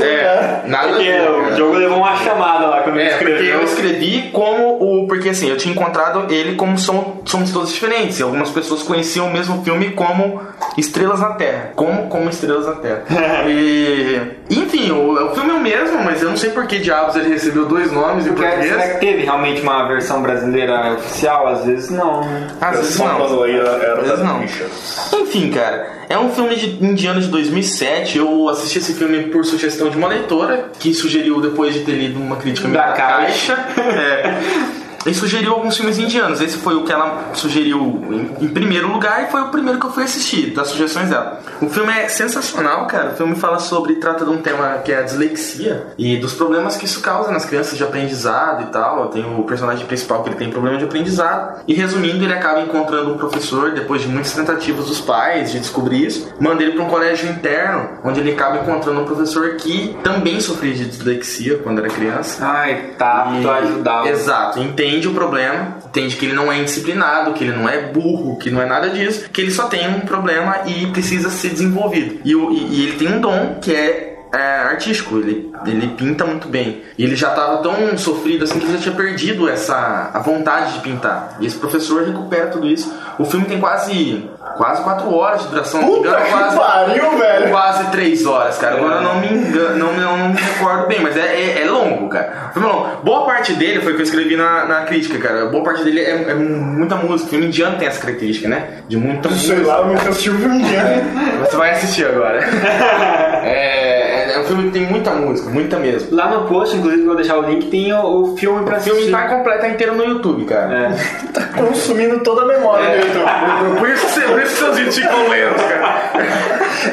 É, nada a
Porque
ver,
o
cara.
jogo levou uma chamada lá quando ele
É, porque
escreveu.
eu escrevi como o. Porque assim, eu tinha encontrado ele como som- Somos Todos Diferentes. E algumas pessoas conheciam o mesmo filme como Estrelas na Terra. Como como Estrelas na Terra. e. Enfim, o, o filme é o mesmo, mas eu não sei por que diabos ele recebeu dois nomes em
Porque é, será
português.
que teve realmente uma versão brasileira oficial? Às vezes não.
Às vezes Ah, não. Às vezes não. Enfim, cara, é um filme de indiano de 2007. Eu assisti esse filme por sugestão de uma leitora que sugeriu depois de ter lido uma crítica minha
Da Caixa.
É. E sugeriu alguns filmes indianos. Esse foi o que ela sugeriu em, em primeiro lugar e foi o primeiro que eu fui assistir, das sugestões dela. O filme é sensacional, cara. O filme fala sobre, trata de um tema que é a dislexia e dos problemas que isso causa nas crianças de aprendizado e tal. Tem o personagem principal que ele tem problema de aprendizado. E resumindo, ele acaba encontrando um professor, depois de muitas tentativas dos pais de descobrir isso, manda ele para um colégio interno, onde ele acaba encontrando um professor que também sofria de dislexia quando era criança.
Ai, tá,
E-
tu ajudava.
Exato, entende o problema, entende que ele não é indisciplinado, que ele não é burro, que não é nada disso, que ele só tem um problema e precisa ser desenvolvido. E, o- e- e ele tem um dom que é. é, artístico, ele, ele pinta muito bem. E ele já estava tão sofrido assim que ele já tinha perdido essa a vontade de pintar. E esse professor recupera tudo isso. O filme tem quase quase 4 horas de duração. não me
Puta
engano,
que
um
quase,
pariu, velho.
Quase 3 horas, cara. Agora eu não me engano, não, me- não, me recordo bem, mas é, é, é longo, cara. Foi longo. Boa parte dele foi o que eu escrevi na, na crítica, cara. Boa parte dele é, é muita música. Filme indiano tem essa característica, né? De muita
um
Sei
música.
lá, eu um nunca assisti o filme indiano.
Você vai assistir agora. é, é, é um filme que tem muita música, muita mesmo.
Lá no post, inclusive, eu vou deixar o link, tem o, o filme pra
O filme
assistir.
tá completo, tá inteiro no YouTube, cara.
É.
Tá consumindo toda a memória
É.
então. do YouTube.
Por isso, você- por isso seus vídeos ficam lentos, cara.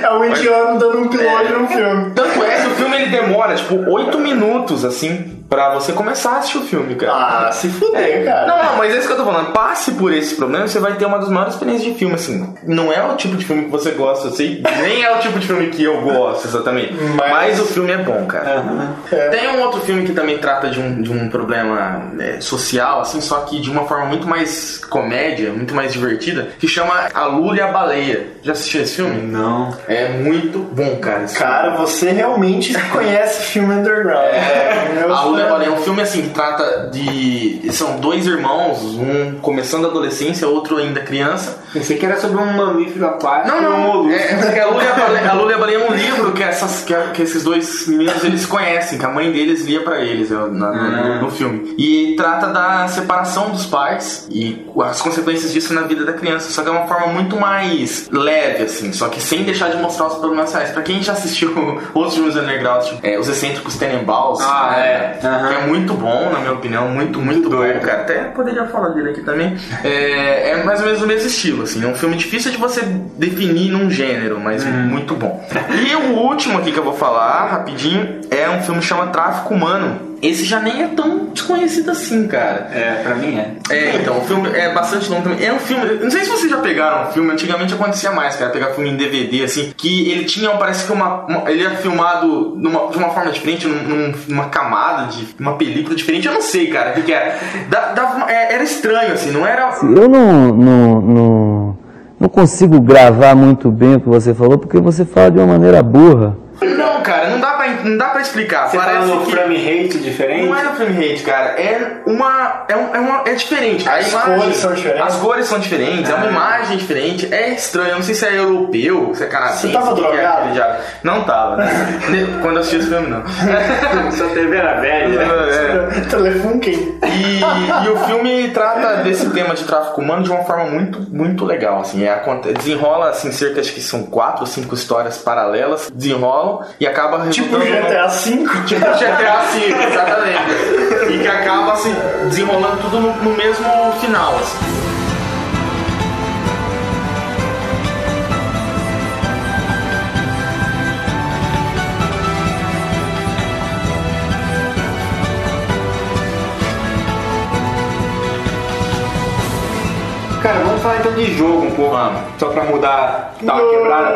É o indiano dando um piloto no filme.
Tanto é que o filme ele demora, tipo, 8 minutos, assim, pra você começar a assistir o filme, cara.
Ah, se fuder, cara.
Não, não, mas é isso que eu tô falando. Passe por esse problema, você vai ter uma das maiores experiências de filme, assim. Não é o tipo de filme que você gosta, assim, nem é o tipo de filme que eu gosto, exatamente. Mas,
Mas-
o filme é bom, cara.
É.
Tem um outro filme que também trata de um, de um problema né, social, assim, só que de uma forma muito mais comédia, muito mais divertida, que chama A Lula e a Baleia. Já assistiu esse
Hum.
filme?
Não.
É muito bom, cara. esse filme.
Cara, você realmente conhece filme underground. É. Meu
A Lula
sonho.
Baleia é um filme assim que trata de. São dois irmãos, um começando a adolescência, outro ainda criança.
Pensei que era sobre um mamífero aquático.
Não,
Um
não.
molusco.
É, é porque a Lula e a Baleia, a Lula e a Baleia é um livro que, essas, que, que esses dois meninos eles conhecem, que a mãe deles lia pra eles é, na- na- no filme. E trata da separação dos pais e as consequências disso na vida da criança. Só que é uma forma muito mais leve, assim, só que sem deixar de mostrar os problemas reais. Pra quem já assistiu outros filmes underground, tipo, é, Os Excêntricos Tenenbaums,
Ah,
né,
é. Aham.
que é muito bom, na minha opinião, muito, muito bom, cara. Até poderia falar dele aqui também. É, é mais ou menos o mesmo estilo, assim. É um filme difícil de você definir num gênero, mas muito bom. E o último aqui que eu vou falar, rapidinho, é um filme que chama Tráfico Humano. Esse já nem é tão desconhecido assim, cara.
É, pra mim é.
É, então, o filme é bastante longo também. É um filme. eu Não sei se vocês já pegaram um filme, antigamente acontecia mais, cara, pegar filme em DVD, assim, que ele tinha, parece que uma. uma- ele era filmado numa- de uma forma diferente, num- num- numa camada de. uma película diferente, eu não sei, cara, o que, que era. Da- dava uma- é- era estranho, assim, não era.
Eu não, não, não, não consigo gravar muito bem o que você falou, porque você fala de uma maneira burra.
Não, cara, não dá pra, não dá pra explicar.
Você
parece
fala no
que.
frame rate diferente?
Não é no frame rate, cara. É uma. É, um- é uma, é diferente. cara. A
As
imagem-
cores são diferentes. Ah.
As cores são diferentes, é uma imagem diferente. É estranho. Eu não sei se é europeu, se é canadense.
Você tava
o que que é
drogado?
aquele diabo. Não tava, né? Quando eu assisti esse filme, não.
Sua TV era velha. né?
É.
Telefone quem?
E, e o filme trata desse tema de tráfico humano de uma forma muito, muito legal, assim. É, aconte- desenrola, assim, cerca de que são quatro ou cinco histórias paralelas, desenrolam e acaba
Tipo
resultando num-
GTA V?
Tipo GTA V, exatamente. E que acaba assim, desenrolando tudo no, no mesmo final. assim.
Cara, vamos falar então de jogo um pouco.
Vamos.
Só pra mudar.
Ah,
Tá uma quebrada.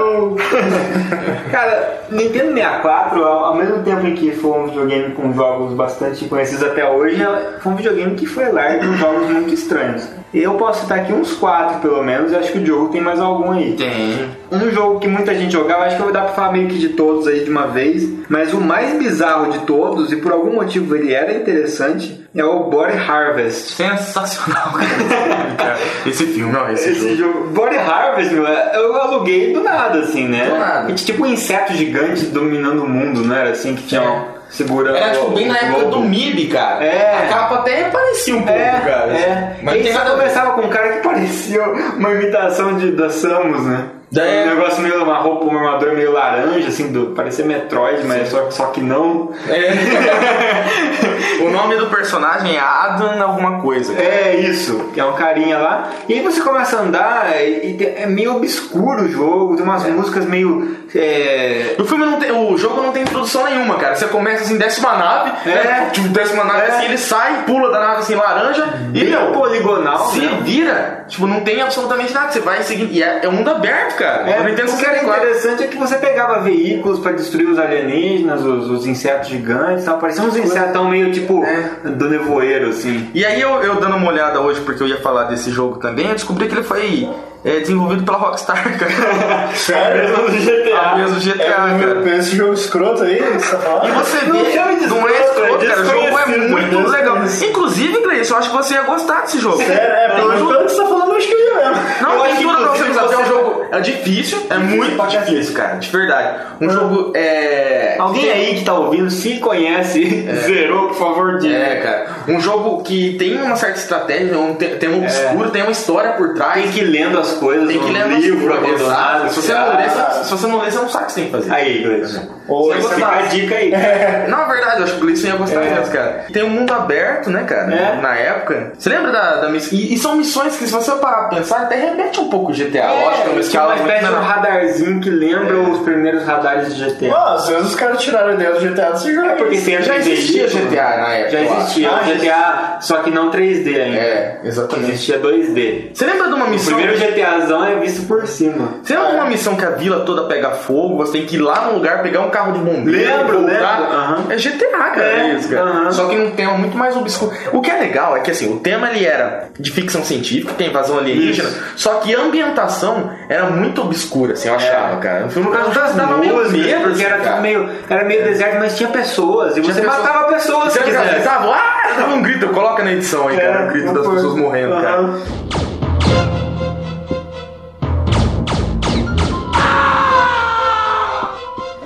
Cara, Nintendo 64, ao, ao mesmo tempo em que foi um videogame com jogos bastante conhecidos até hoje, ela- foi um videogame que foi largo com jogos muito estranhos. Eu posso citar aqui uns quatro, pelo menos, e acho que o Diogo tem mais algum aí.
Tem.
Um jogo que muita gente jogava, acho que eu vou dar pra falar meio que de todos aí de uma vez, mas o mais bizarro de todos, e por algum motivo ele era interessante, é o Body Harvest.
Sensacional, cara. cara. É, Esse filme, ó, esse,
Esse
filme.
jogo, Body Harvest, meu, eu aluguei do nada, assim, né?
Do nada.
E tinha, tipo um inseto gigante dominando o mundo, não era assim? Que tinha
É.
um- segurando.
Era tipo
o-
bem
o
na época
globo.
do MIB, cara.
É.
A capa até parecia um pouco,
É,
cara.
é.
Mas
e
não tem
só
nada a ver.
começava com um cara que parecia uma imitação de, da Samus, né?
É.
Um negócio meio, uma roupa, uma armadura meio laranja, assim, do, parecia Metroid, mas só, só que não.
É. o nome do personagem é Adam alguma coisa. cara.
É isso, que é um carinha lá. E aí você começa a andar e, e é meio obscuro o jogo, tem umas músicas meio. é,
O filme não tem. O jogo não tem introdução nenhuma, cara. Você começa assim, desce uma nave,
É.
né? Tipo, desce uma nave
É.
assim, ele sai, pula da nave assim, laranja, e
Ele é
meu,
poligonal,
Se
né?
vira, tipo, não tem absolutamente nada. Você vai seguindo. E é, é um mundo aberto, cara.
É,
Eu não entendo
o que era interessante é que você pegava veículos pra destruir os alienígenas, os, os insetos gigantes, e tal. Pareciam uns insetos meio tipo
É.
do nevoeiro, assim.
E aí eu, eu dando uma olhada hoje, porque eu ia falar desse jogo também, eu descobri que ele foi é, desenvolvido pela Rockstar, cara.
Sério?
Mesmo do
A
GTA.
mesmo GTA,
É, meu,
cara.
esse jogo escroto aí, que você tá
E
falando?
você vê,
Não chama de
não é escroto,
escroto, é
cara. O jogo é
desconhecido,
muito
desconhecido.
legal. Inclusive, Gleice, eu acho que você ia gostar desse jogo.
Sério, é, pelo menos pelo que você tá falando, eu acho que eu ia mesmo.
Não,
Eu
tem
acho que,
tudo pra você
inclusive,
gostar. É um
você-
jogo é difícil, é muito
pra cacete.
difícil, cara, de verdade. Um jogo é.
Alguém aí que tá ouvindo, se conhece, zerou, por favor, diga.
É, cara. Um jogo que tem uma certa estratégia, um te- tema obscuro, tem uma história por trás.
É. Tem que ir lendo as coisas,
Tem que
um
ler umas
livro
coisas,
abandonado.
exato. Se você
sei
não
lá.
ler, você- se você não ler, você não sabe o que você tem que fazer.
tá Aí, Gleison.
Ou
Você
esse
tá
fica a
cara.
dica aí.
Não, é verdade, eu acho que o Gleason ia gostar mesmo, cara. Tem um mundo aberto, né, cara?
É.
Na época. Você lembra da, da miss- E, e são missões que, se você parar pra pensar, até repete um pouco o GTA. Lógico, que é uma
tinha
escala
uma
muito
espécie de um
menor. É.
radarzinho que lembra os primeiros radares de GTA.
Ah, às vezes os caras tiraram a ideia do GTA desse jogo.
É porque tem
Já existia
veículo.
GTA na época.
né? Já
eu acho.
existia.
Ah, já
GTA, só que não 3D ainda.
É, exatamente.
Existia 2D.
Você lembra de uma
O
missão?
primeiro GTAzão é visto por cima.
Você lembra de uma missão que a vila toda pega fogo, você tem que ir lá no lugar, pegar um carro de bombeiro,
Lembro,
voltar.
lembro, aham.
É GTA, cara,
É,
é isso, cara.
aham.
Só que um tema muito mais obscuro. O que é legal é que assim, o tema ele era de ficção científica, tem invasão alienígena, só que a ambientação era muito obscura, assim, eu
É.
achava, cara. Um filme
Por
que
causa
eu
das
acho
dava meio
medo,
medo, porque
assim,
era
cara. É.
tudo meio, era meio deserto, mas tinha pessoas. E
Tinha
você
pessoas-
matava pessoas
Você
se
lembra que elas
quisesse.
gritavam, ah, dava um grito, coloca na edição aí, cara, o grito das pessoas morrendo, cara.
É, Aham.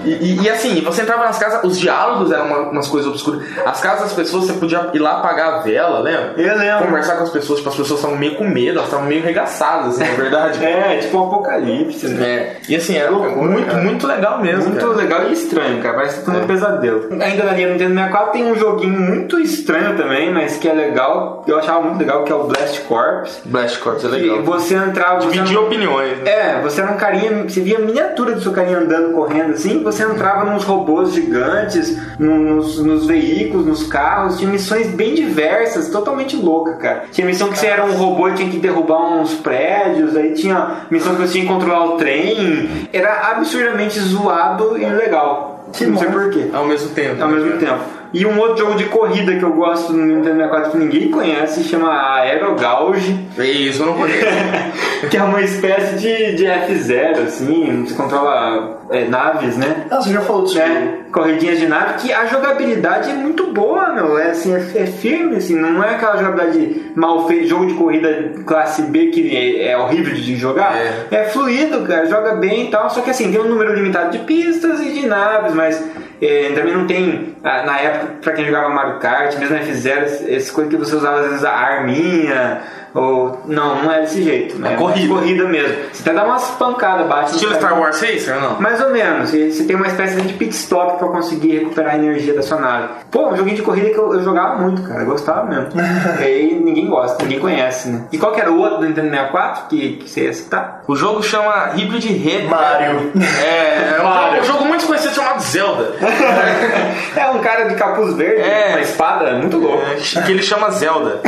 E, e- e assim, você entrava nas casas, os diálogos eram uma- umas coisas obscuras. As casas das pessoas, você podia ir lá apagar a vela, lembra?
Eu lembro.
Conversar com as pessoas, tipo, as pessoas estavam meio com medo, elas estavam meio regaçadas, assim, na verdade.
É, tipo um apocalipse, né?
É, E assim, era muito, muito legal mesmo.
Muito
cara. É.
legal e estranho, cara. Parece que tá um pesadelo. Ainda na linha do Nintendo 64 tem um joguinho muito estranho também, mas que é legal. Eu achava muito legal, que é o Blast Corps.
Blast Corps é
E
legal.
você entrava. você
Dividir
não-
opiniões. né?
É, você era um carinha, você via a miniatura do seu carinha andando, correndo assim, você entrava nos robôs gigantes, no- nos, nos veículos, nos carros, tinha missões bem diversas, totalmente louca, cara. Tinha missão que você era um robô e tinha que derrubar uns prédios, aí tinha missão que você tinha que controlar o trem, era absurdamente zoado e legal. Não sei porquê.
Ao mesmo tempo.
É. Ao
né,
mesmo
cara?
tempo. E um outro jogo de corrida que eu gosto no Nintendo 64 que ninguém conhece, chama Aerogauge
É Isso, eu não conheço.
que é uma espécie de, de F0, assim, você controla é, naves, né?
Ah, você já falou disso.
É, corridinhas de nave, que a jogabilidade é muito boa, meu. É, assim, é, é firme, assim, não é aquela jogabilidade mal feita, jogo de corrida classe B que é, é horrível de jogar.
É.
É. fluido, cara, joga bem e tal, só que assim, tem um número limitado de pistas e de naves, mas é, também não tem, ah, na época, pra quem jogava Mario Kart, mesmo F0, essas coisas que você usava às vezes a arminha. Ou. Não, não é desse jeito. né?
corrida.
corrida mesmo. Você até dá umas pancadas, bate. no
Estilo
cara.
Star Wars Racer ou não?
Mais ou menos. E Você tem uma espécie de pit stop pra conseguir recuperar a energia da sua nave. Pô, um joguinho de corrida que eu, eu jogava muito, cara. Eu gostava mesmo. e aí ninguém gosta, ninguém conhece, né? E qual que era o outro do Nintendo 64 que, que você ia citar?
O jogo chama Hybrid Red.
Mario.
É, é um,
Mario.
jogo- um jogo muito desconhecido chamado Zelda.
É um cara de capuz verde,
É.
com uma espada, muito louco.
É, que ele chama Zelda.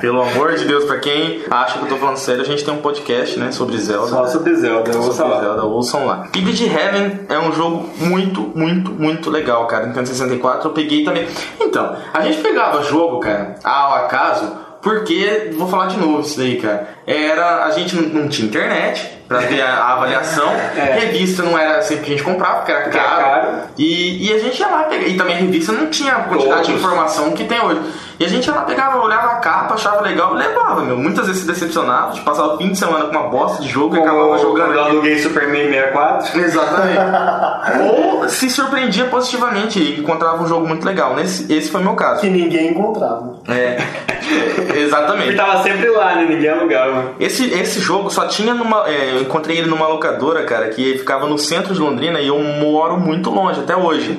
Pelo amor de Deus, pra quem acha que eu tô falando sério, a gente tem um podcast, né, sobre Zelda.
Só sobre Zelda, eu vou
Sobre
falar.
Zelda, ouçam lá. Hybrid Heaven é um jogo muito, muito, muito legal, cara. Nintendo 64 eu peguei também. Então, a gente pegava jogo, cara, ao acaso, porque, vou falar de novo isso daí, cara. Era, a gente não, não tinha internet pra ver a, a avaliação.
É.
Revista não era sempre que a gente comprava, porque era
era
caro.
caro.
E, e a gente ia lá pegar. E também a revista não tinha a quantidade de
Todos.
informação que tem hoje. E a gente ia lá, pegava, olhava a capa, achava legal, e levava, meu. Muitas vezes se decepcionava, de passar o fim de semana com uma bosta de jogo e acabava jogando.
Quando eu aluguei Superman 64.
Exatamente. Ou se surpreendia positivamente e encontrava um jogo muito legal. Nesse, esse foi meu caso.
Que ninguém encontrava.
É,
Ele
exatamente.
tava sempre lá, né? Ninguém alugava.
Esse, esse jogo só tinha numa. é, eu encontrei ele numa locadora, cara, que ficava no centro de Londrina e eu moro muito longe até hoje.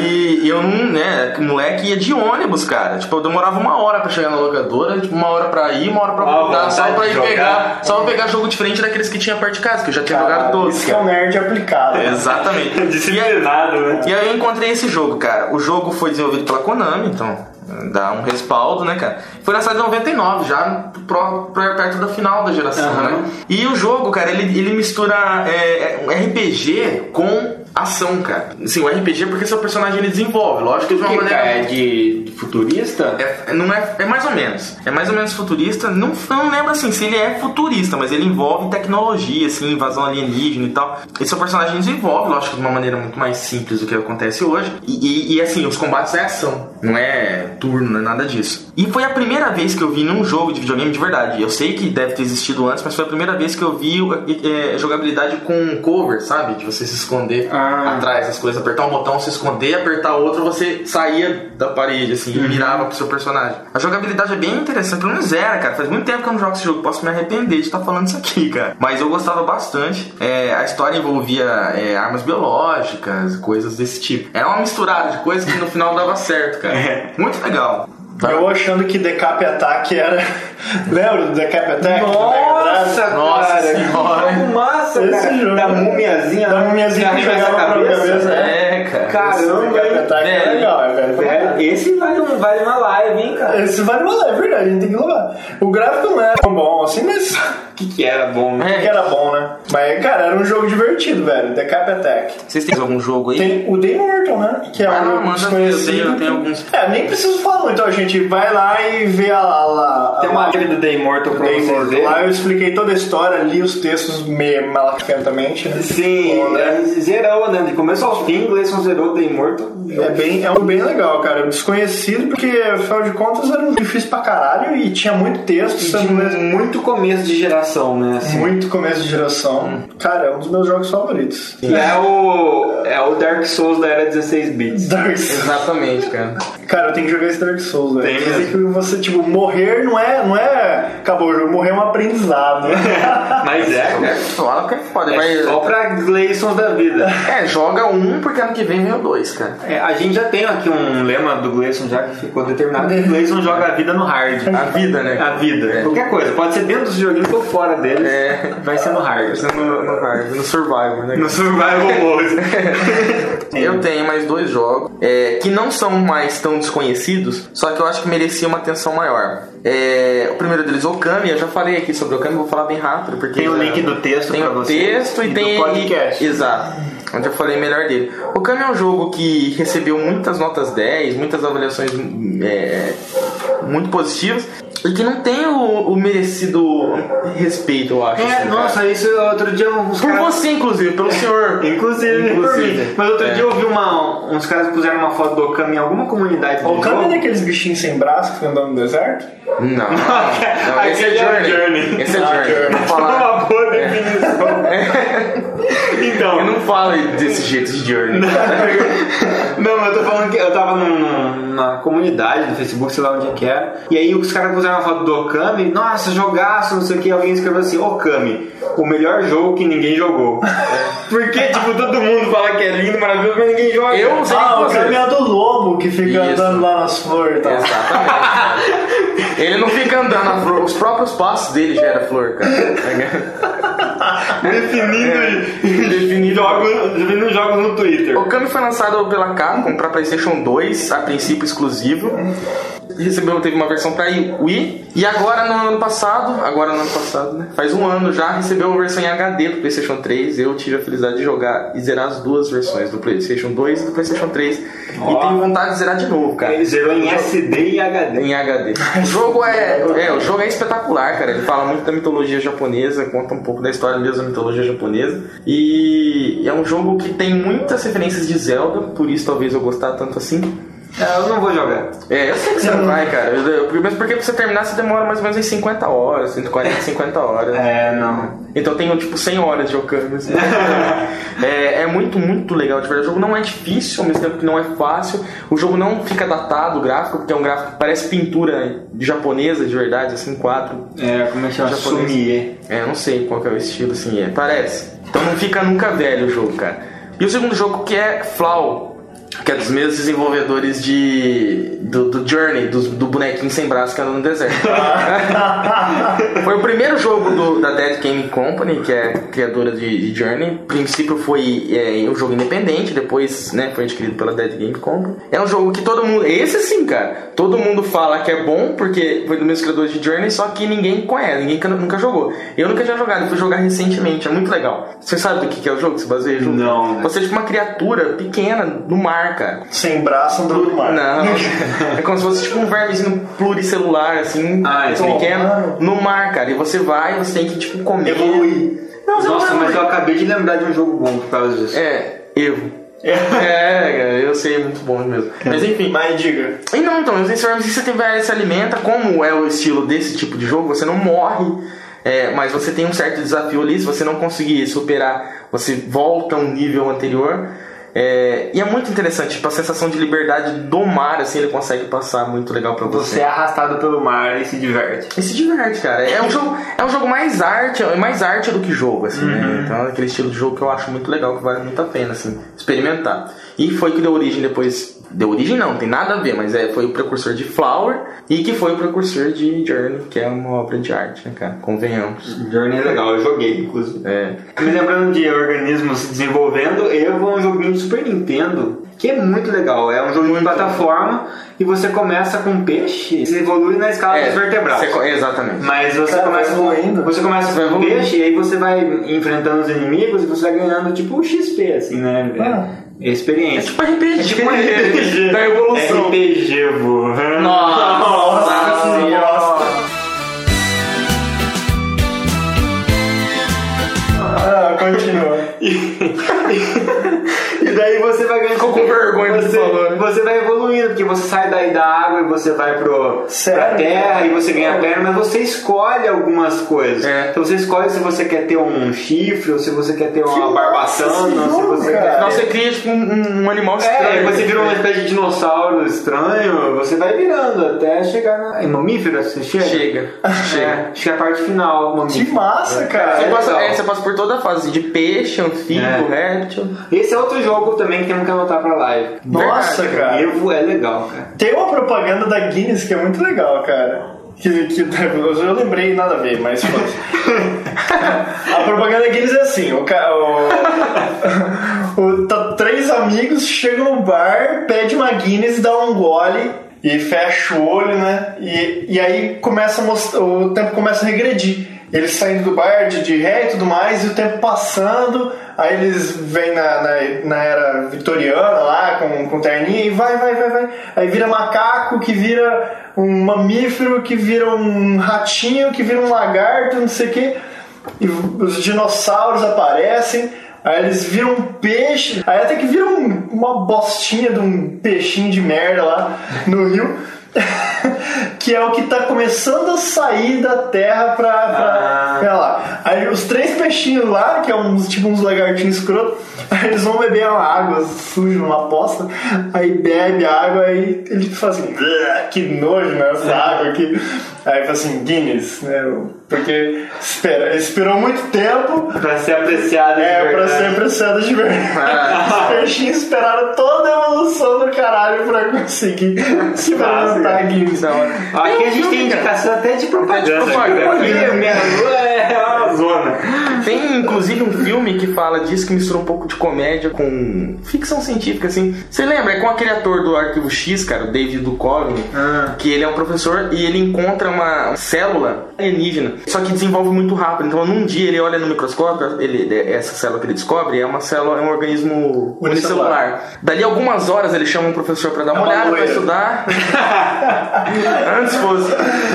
e eu não, né, moleque ia de ônibus, cara. Tipo, eu demorava uma hora pra chegar na locadora, tipo, uma hora pra ir, uma hora pra
Ah,
voltar, só
vontade
pra
de
ir
jogar.
pegar. Só pra pegar jogo diferente daqueles que tinha perto de casa, que eu já tinha jogado todos,
Isso que é um
cara.
nerd aplicado.
Exatamente. E aí-
É, Disciplinado, né?
e aí eu encontrei esse jogo, cara. O jogo foi desenvolvido pela Konami, então dá um respaldo, né, cara? Foi lançado em 99, já pro, pro- perto da final da geração,
Aham.
né? E o jogo, cara, ele, ele mistura é, é, um RPG com ação, cara. Assim, o RPG é porque seu personagem ele desenvolve, lógico que de uma
Que,
maneira.
cara, é de futurista?
É, não é, é mais ou menos. É mais ou menos futurista. Não, não lembro assim se ele é futurista, mas ele envolve tecnologia, assim, invasão alienígena e tal. E seu personagem desenvolve, lógico, de uma maneira muito mais simples do que acontece hoje. E, e- e, assim, os combates é ação, não é turno, não é nada disso. E foi a primeira vez que eu vi num jogo de videogame de verdade. Eu sei que deve ter existido antes, mas foi a primeira vez que eu vi eh, eh, jogabilidade com cover, sabe? De você se esconder
Ah.
atrás, essas coisas, apertar um botão, se esconder, apertar outro, você saía da parede, assim,
Uhum.
e mirava pro seu personagem. A jogabilidade é bem interessante, pelo menos era, cara. Faz muito tempo que eu não jogo esse jogo, posso me arrepender de estar falando isso aqui, cara. Mas eu gostava bastante. É, a história envolvia é, armas biológicas, coisas desse tipo. Era uma misturada de coisas que no final dava certo, cara.
É.
Muito legal.
Eu achando que Decap Attack era. Lembra do Decap Attack? do Mega Drive?
Nossa,
Nossa
cara, que
senhora.
jogo massa,
Esse
cara. Tá
jogo.
Da múmiazinha,
Da múmiazinha que
arranca essa
jogava pra cabeça.
É, cara.
Caramba,
Decap
hein?
Attack é
Velho.
legal, é velho.
Velho, Esse vale, um, vale uma live, hein, cara?
Esse vale uma é verdade, a gente tem que levar. O gráfico não era tão bom assim, mas
O que, que era bom, né?
É.
que era bom, né? Mas, cara, era um jogo divertido, velho. Decap Attack.
Vocês têm algum jogo aí?
Tem o Day Mortal, né? Que é
Ah,
um jogo
manda,
desconhecido.
eu tenho- eu tenho alguns.
É, nem preciso falar muito, ó, gente. Vai lá e vê a. a, a
Tem uma
a-
live do Day Mortal pra
Day
vocês
Mortal.
verem.
Lá eu expliquei toda a história, li os textos meio malacentamente, né?
Sim,
Bom, né?
é, zerou, né? De começo ao fim, o Gleison zerou o Day Mortal.
É, bem, é um bem legal, cara. Desconhecido, porque afinal de contas era um difícil pra caralho e tinha muito texto,
E
sabe?
de muito começo de geração, né? assim.
né? Muito começo de
Hum.
geração. Cara, é um dos meus jogos favoritos.
Que é o, é o Dark Souls da era 16 bits.
Dark Souls.
Exatamente, cara.
Cara, eu tenho que jogar esse Dark Souls, velho.
Tem
Quer dizer
mesmo.
que você, tipo, morrer não é, não é. Acabou o jogo, morrer é um aprendizado.
Mas é,
É,
cara.
claro que é foda.
É
mas-
só pra Gleisons da vida.
É, joga um, porque ano que vem vem o dois, cara.
É, a gente já tem aqui um lema do Gleison já que ficou determinado. é que O Gleison joga a vida no hard.
A vida, né?
A vida.
É.
Qualquer coisa. Pode ser dentro dos joguinhos ou fora deles.
É.
Vai ser no hard.
Você no, no hard, no survival, né?
No survival mode.
Eu tenho mais dois jogos é, que não são mais tão desconhecidos, só que eu acho que merecia uma atenção maior. É, o primeiro deles, Okami, eu já falei aqui sobre Okami, vou falar bem rápido, porque.
Tem o link do texto
É. tem
pra
o
você
texto e,
e
tem
do podcast.
Exato. Onde eu falei melhor dele. O Kami é um jogo que recebeu muitas notas 10, muitas avaliações é, muito positivas, e que não tem o, o merecido respeito, eu acho. assim,
É,
cara.
nossa, isso outro dia uns
Por
caras...
você, inclusive, pelo senhor.
Inclusive, por
Inclusive.
mim. Mas outro
É.
dia eu vi uma, uns caras que puseram uma foto do Okami em alguma comunidade
o
do
Kami é
jogo.
daqueles bichinhos sem braço que ficam andando no deserto?
Não. não
Aquele
esse é
é
Journey.
o Journey. É.
Esse é
Ah,
Journey.
Journey.
Não fala,
Uma boa definição. então,
eu não falo desse jeito de Journey.
Não, mas eu tô falando que eu tava num- num- numa comunidade do Facebook, sei lá onde é que era, e aí os caras usaram uma foto do Okami, nossa, jogaço, não sei o que, alguém escreveu assim, Okami, o melhor jogo que ninguém jogou. Porque, tipo, todo mundo fala que é lindo, maravilhoso, mas ninguém joga.
Eu não sei
Ah,
nem
o
o que
Kami
fazer.
é do lobo que fica
Isso.
andando lá nas flores e tal.
Exatamente. cara. Ele não fica andando na flor, os próprios passos dele gera flor, cara.
definindo, definindo jogos, definindo jogos no Twitter.
O Kami foi lançado pela Capcom pra PlayStation 2, a princípio exclusivo. Recebeu, teve uma versão pra Wii. E agora no ano passado, agora no ano passado, né? Faz um ano já, recebeu uma versão em HD do PlayStation 3. Eu tive a felicidade de jogar e zerar as duas versões, do PlayStation 2 e do PlayStation 3. E
Ó.
tenho vontade de zerar de novo, cara.
Ele zerou em SD e HD.
Em HD. O jogo é, é, o jogo é espetacular, cara. Ele fala muito da mitologia japonesa, conta um pouco da história mesmo da mitologia japonesa. E é um jogo que tem muitas referências de Zelda, por isso talvez eu gostar tanto assim.
É, eu não vou jogar.
É, eu sei que você não vai, cara. Eu- eu- mas porque pra você terminar, você demora mais ou menos em 50 horas, 140, 50 horas.
É, não.
Então eu tenho tipo 100 horas de Okami. assim. é, é muito, muito legal de verdade. O jogo não é difícil, ao mesmo tempo que não é fácil. O jogo não fica datado, o gráfico, porque é um gráfico que parece pintura japonesa de verdade, assim, quadro.
É, como é que chama?
Japonês.
Sumie.
É, eu não sei qual que é o estilo, assim, é. Parece. Então não fica nunca velho o jogo, cara. E o segundo jogo que é Flau. Que é dos mesmos desenvolvedores de. do, do Journey, dos- do, bonequinho sem braço que anda no deserto. foi o primeiro jogo do- da Dead Game Company, que é criadora de, de Journey. O princípio foi é, um jogo independente, depois né, foi adquirido pela Dead Game Company. É um jogo que todo mundo. Esse sim, cara. Todo mundo fala que é bom, porque foi do mesmo criador de Journey, só que ninguém conhece, ninguém nunca- nunca jogou. Eu nunca tinha jogado, eu fui jogar recentemente, é muito legal. Você sabe do que que é o jogo? que Se baseia no jogo?
Não.
Você é tipo uma criatura pequena no mar, cara.
Sem braço andando no mar.
Não. É como se fosse tipo um vermezinho pluricelular, assim,
Ah,
muito
então,
pequeno, no mar, cara. E você vai, você tem que, tipo, comer.
Evoluir.
Não, você não
Nossa,
vai
mas eu
evoluir.
acabei de lembrar de um jogo bom por causa disso.
É, eu. É, cara, eu sei, é muito bom mesmo. Mas enfim.
Mas diga.
E não, então, esse verme, se você tiver, se alimenta, como é o estilo desse tipo de jogo, você não morre. é, mas você tem um certo desafio ali, se você não conseguir superar, você volta a um nível anterior. É, e é muito interessante, tipo, a sensação de liberdade do mar, assim, ele consegue passar muito legal pra
Você é arrastado pelo mar e se diverte.
e se diverte, cara.
Uhum.
É um jogo, é um jogo mais arte, é mais arte do que jogo, assim,
Uhum.
né? Então é aquele estilo de jogo que eu acho muito legal, que vale muito a pena, assim, experimentar. E foi que deu origem depois. Deu origem não, tem nada a ver, mas é, foi o precursor de Flower e que foi o precursor de Journey, que é uma obra de arte, né, cara? Convenhamos.
Journey é legal, eu joguei, inclusive.
É.
Me lembrando de organismos se desenvolvendo, eu vou um joguinho de Super Nintendo, que é muito legal. É um jogo de plataforma e você começa com um peixe, você evolui na escala
É,
dos Ah, vertebrados.
você co- exatamente.
Mas você
Cara,
começa
vai
com
evoluindo.
Você começa
Vai
com um
evoluindo.
peixe e aí você vai enfrentando os inimigos e você vai ganhando tipo um XP, assim, né?
Ah.
É,
É
Experiência.
tipo RPG,
É tipo um
né?
RPG.
Da evolução.
RPG, vô.
Nossa senhora.
Ah, continua.
E daí você vai ganhando.
Ficou com vergonha do que
você,
falou, né?
você vai evoluindo, porque você sai daí da água e você vai pro,
Sério?
pra terra e você ganha perna, mas você escolhe algumas coisas.
É.
Então você escolhe se você quer ter um chifre, ou se você quer ter uma barbatana, ou se
louco,
você
cara.
quer.
Não, você cria tipo um, um animal
É,
estranho.
aí você vira uma espécie de dinossauro estranho, você vai virando até chegar na. Em mamífera, você chega?
Chega. Chega.
É, chega a parte final,
Que
mamífera.
massa,
Você
É
cara.
passa,
legal.
é, você passa por toda a fase de peixe, anfíbio,
É.
réptil.
Esse é outro jogo também que temos que anotar pra live.
Nossa,
Verdade,
cara.
Evo é legal, cara.
Tem uma propaganda da Guinness que é muito legal, cara. Que, que, eu lembrei, nada a ver, mas foda-se. A propaganda Guinness é assim: o, ca- o, o- tá- três amigos chegam no bar, pede uma Guinness, dá um gole e fecha o olho, né? E, e aí começa a mostrar, o tempo começa a regredir. Eles saindo do bar de, de ré e tudo mais, e o tempo passando, aí eles vêm na, na, na era vitoriana lá, com, com terninha, e vai, vai, vai, vai. Aí vira macaco, que vira um mamífero, que vira um ratinho, que vira um lagarto, não sei o quê. E os dinossauros aparecem, aí eles viram um peixe, aí até que viram um- uma bostinha de um peixinho de merda lá no rio, que é o que tá começando a sair da terra pra, pra,
Ah.
pra lá. Aí os três peixinhos lá, que é uns, tipo uns lagartinhos escroto, aí eles vão beber uma água suja numa poça, aí bebe a água, aí ele fala assim, "Bleh, que nojo né, essa água aqui. Aí fala assim, Guinness, né? Porque espera, esperou muito tempo
Pra ser apreciado de
é, pra
verdade.
ser apreciado de verdade. Os peixinhos esperaram toda a evolução do caralho pra conseguir experimentar
cara.
Guinness.
Aqui a gente tem indicação até de propaganda.
propaganda.
Aqui, minha lua é uma zona.
Tem inclusive um filme que fala disso, que mistura um pouco de comédia com ficção científica, assim. Você lembra? É com aquele ator do Arquivo X, cara, o David Duchovny,
Ah.
que ele é um professor e ele encontra uma célula alienígena, só que desenvolve muito rápido. Então, num dia ele olha no microscópio, ele, essa célula que ele descobre é uma célula, é um organismo
Unicelular.
unicelular. Dali algumas horas ele chama um professor pra dar uma
É uma
olhada, pra
loira.
estudar. Antes fosse.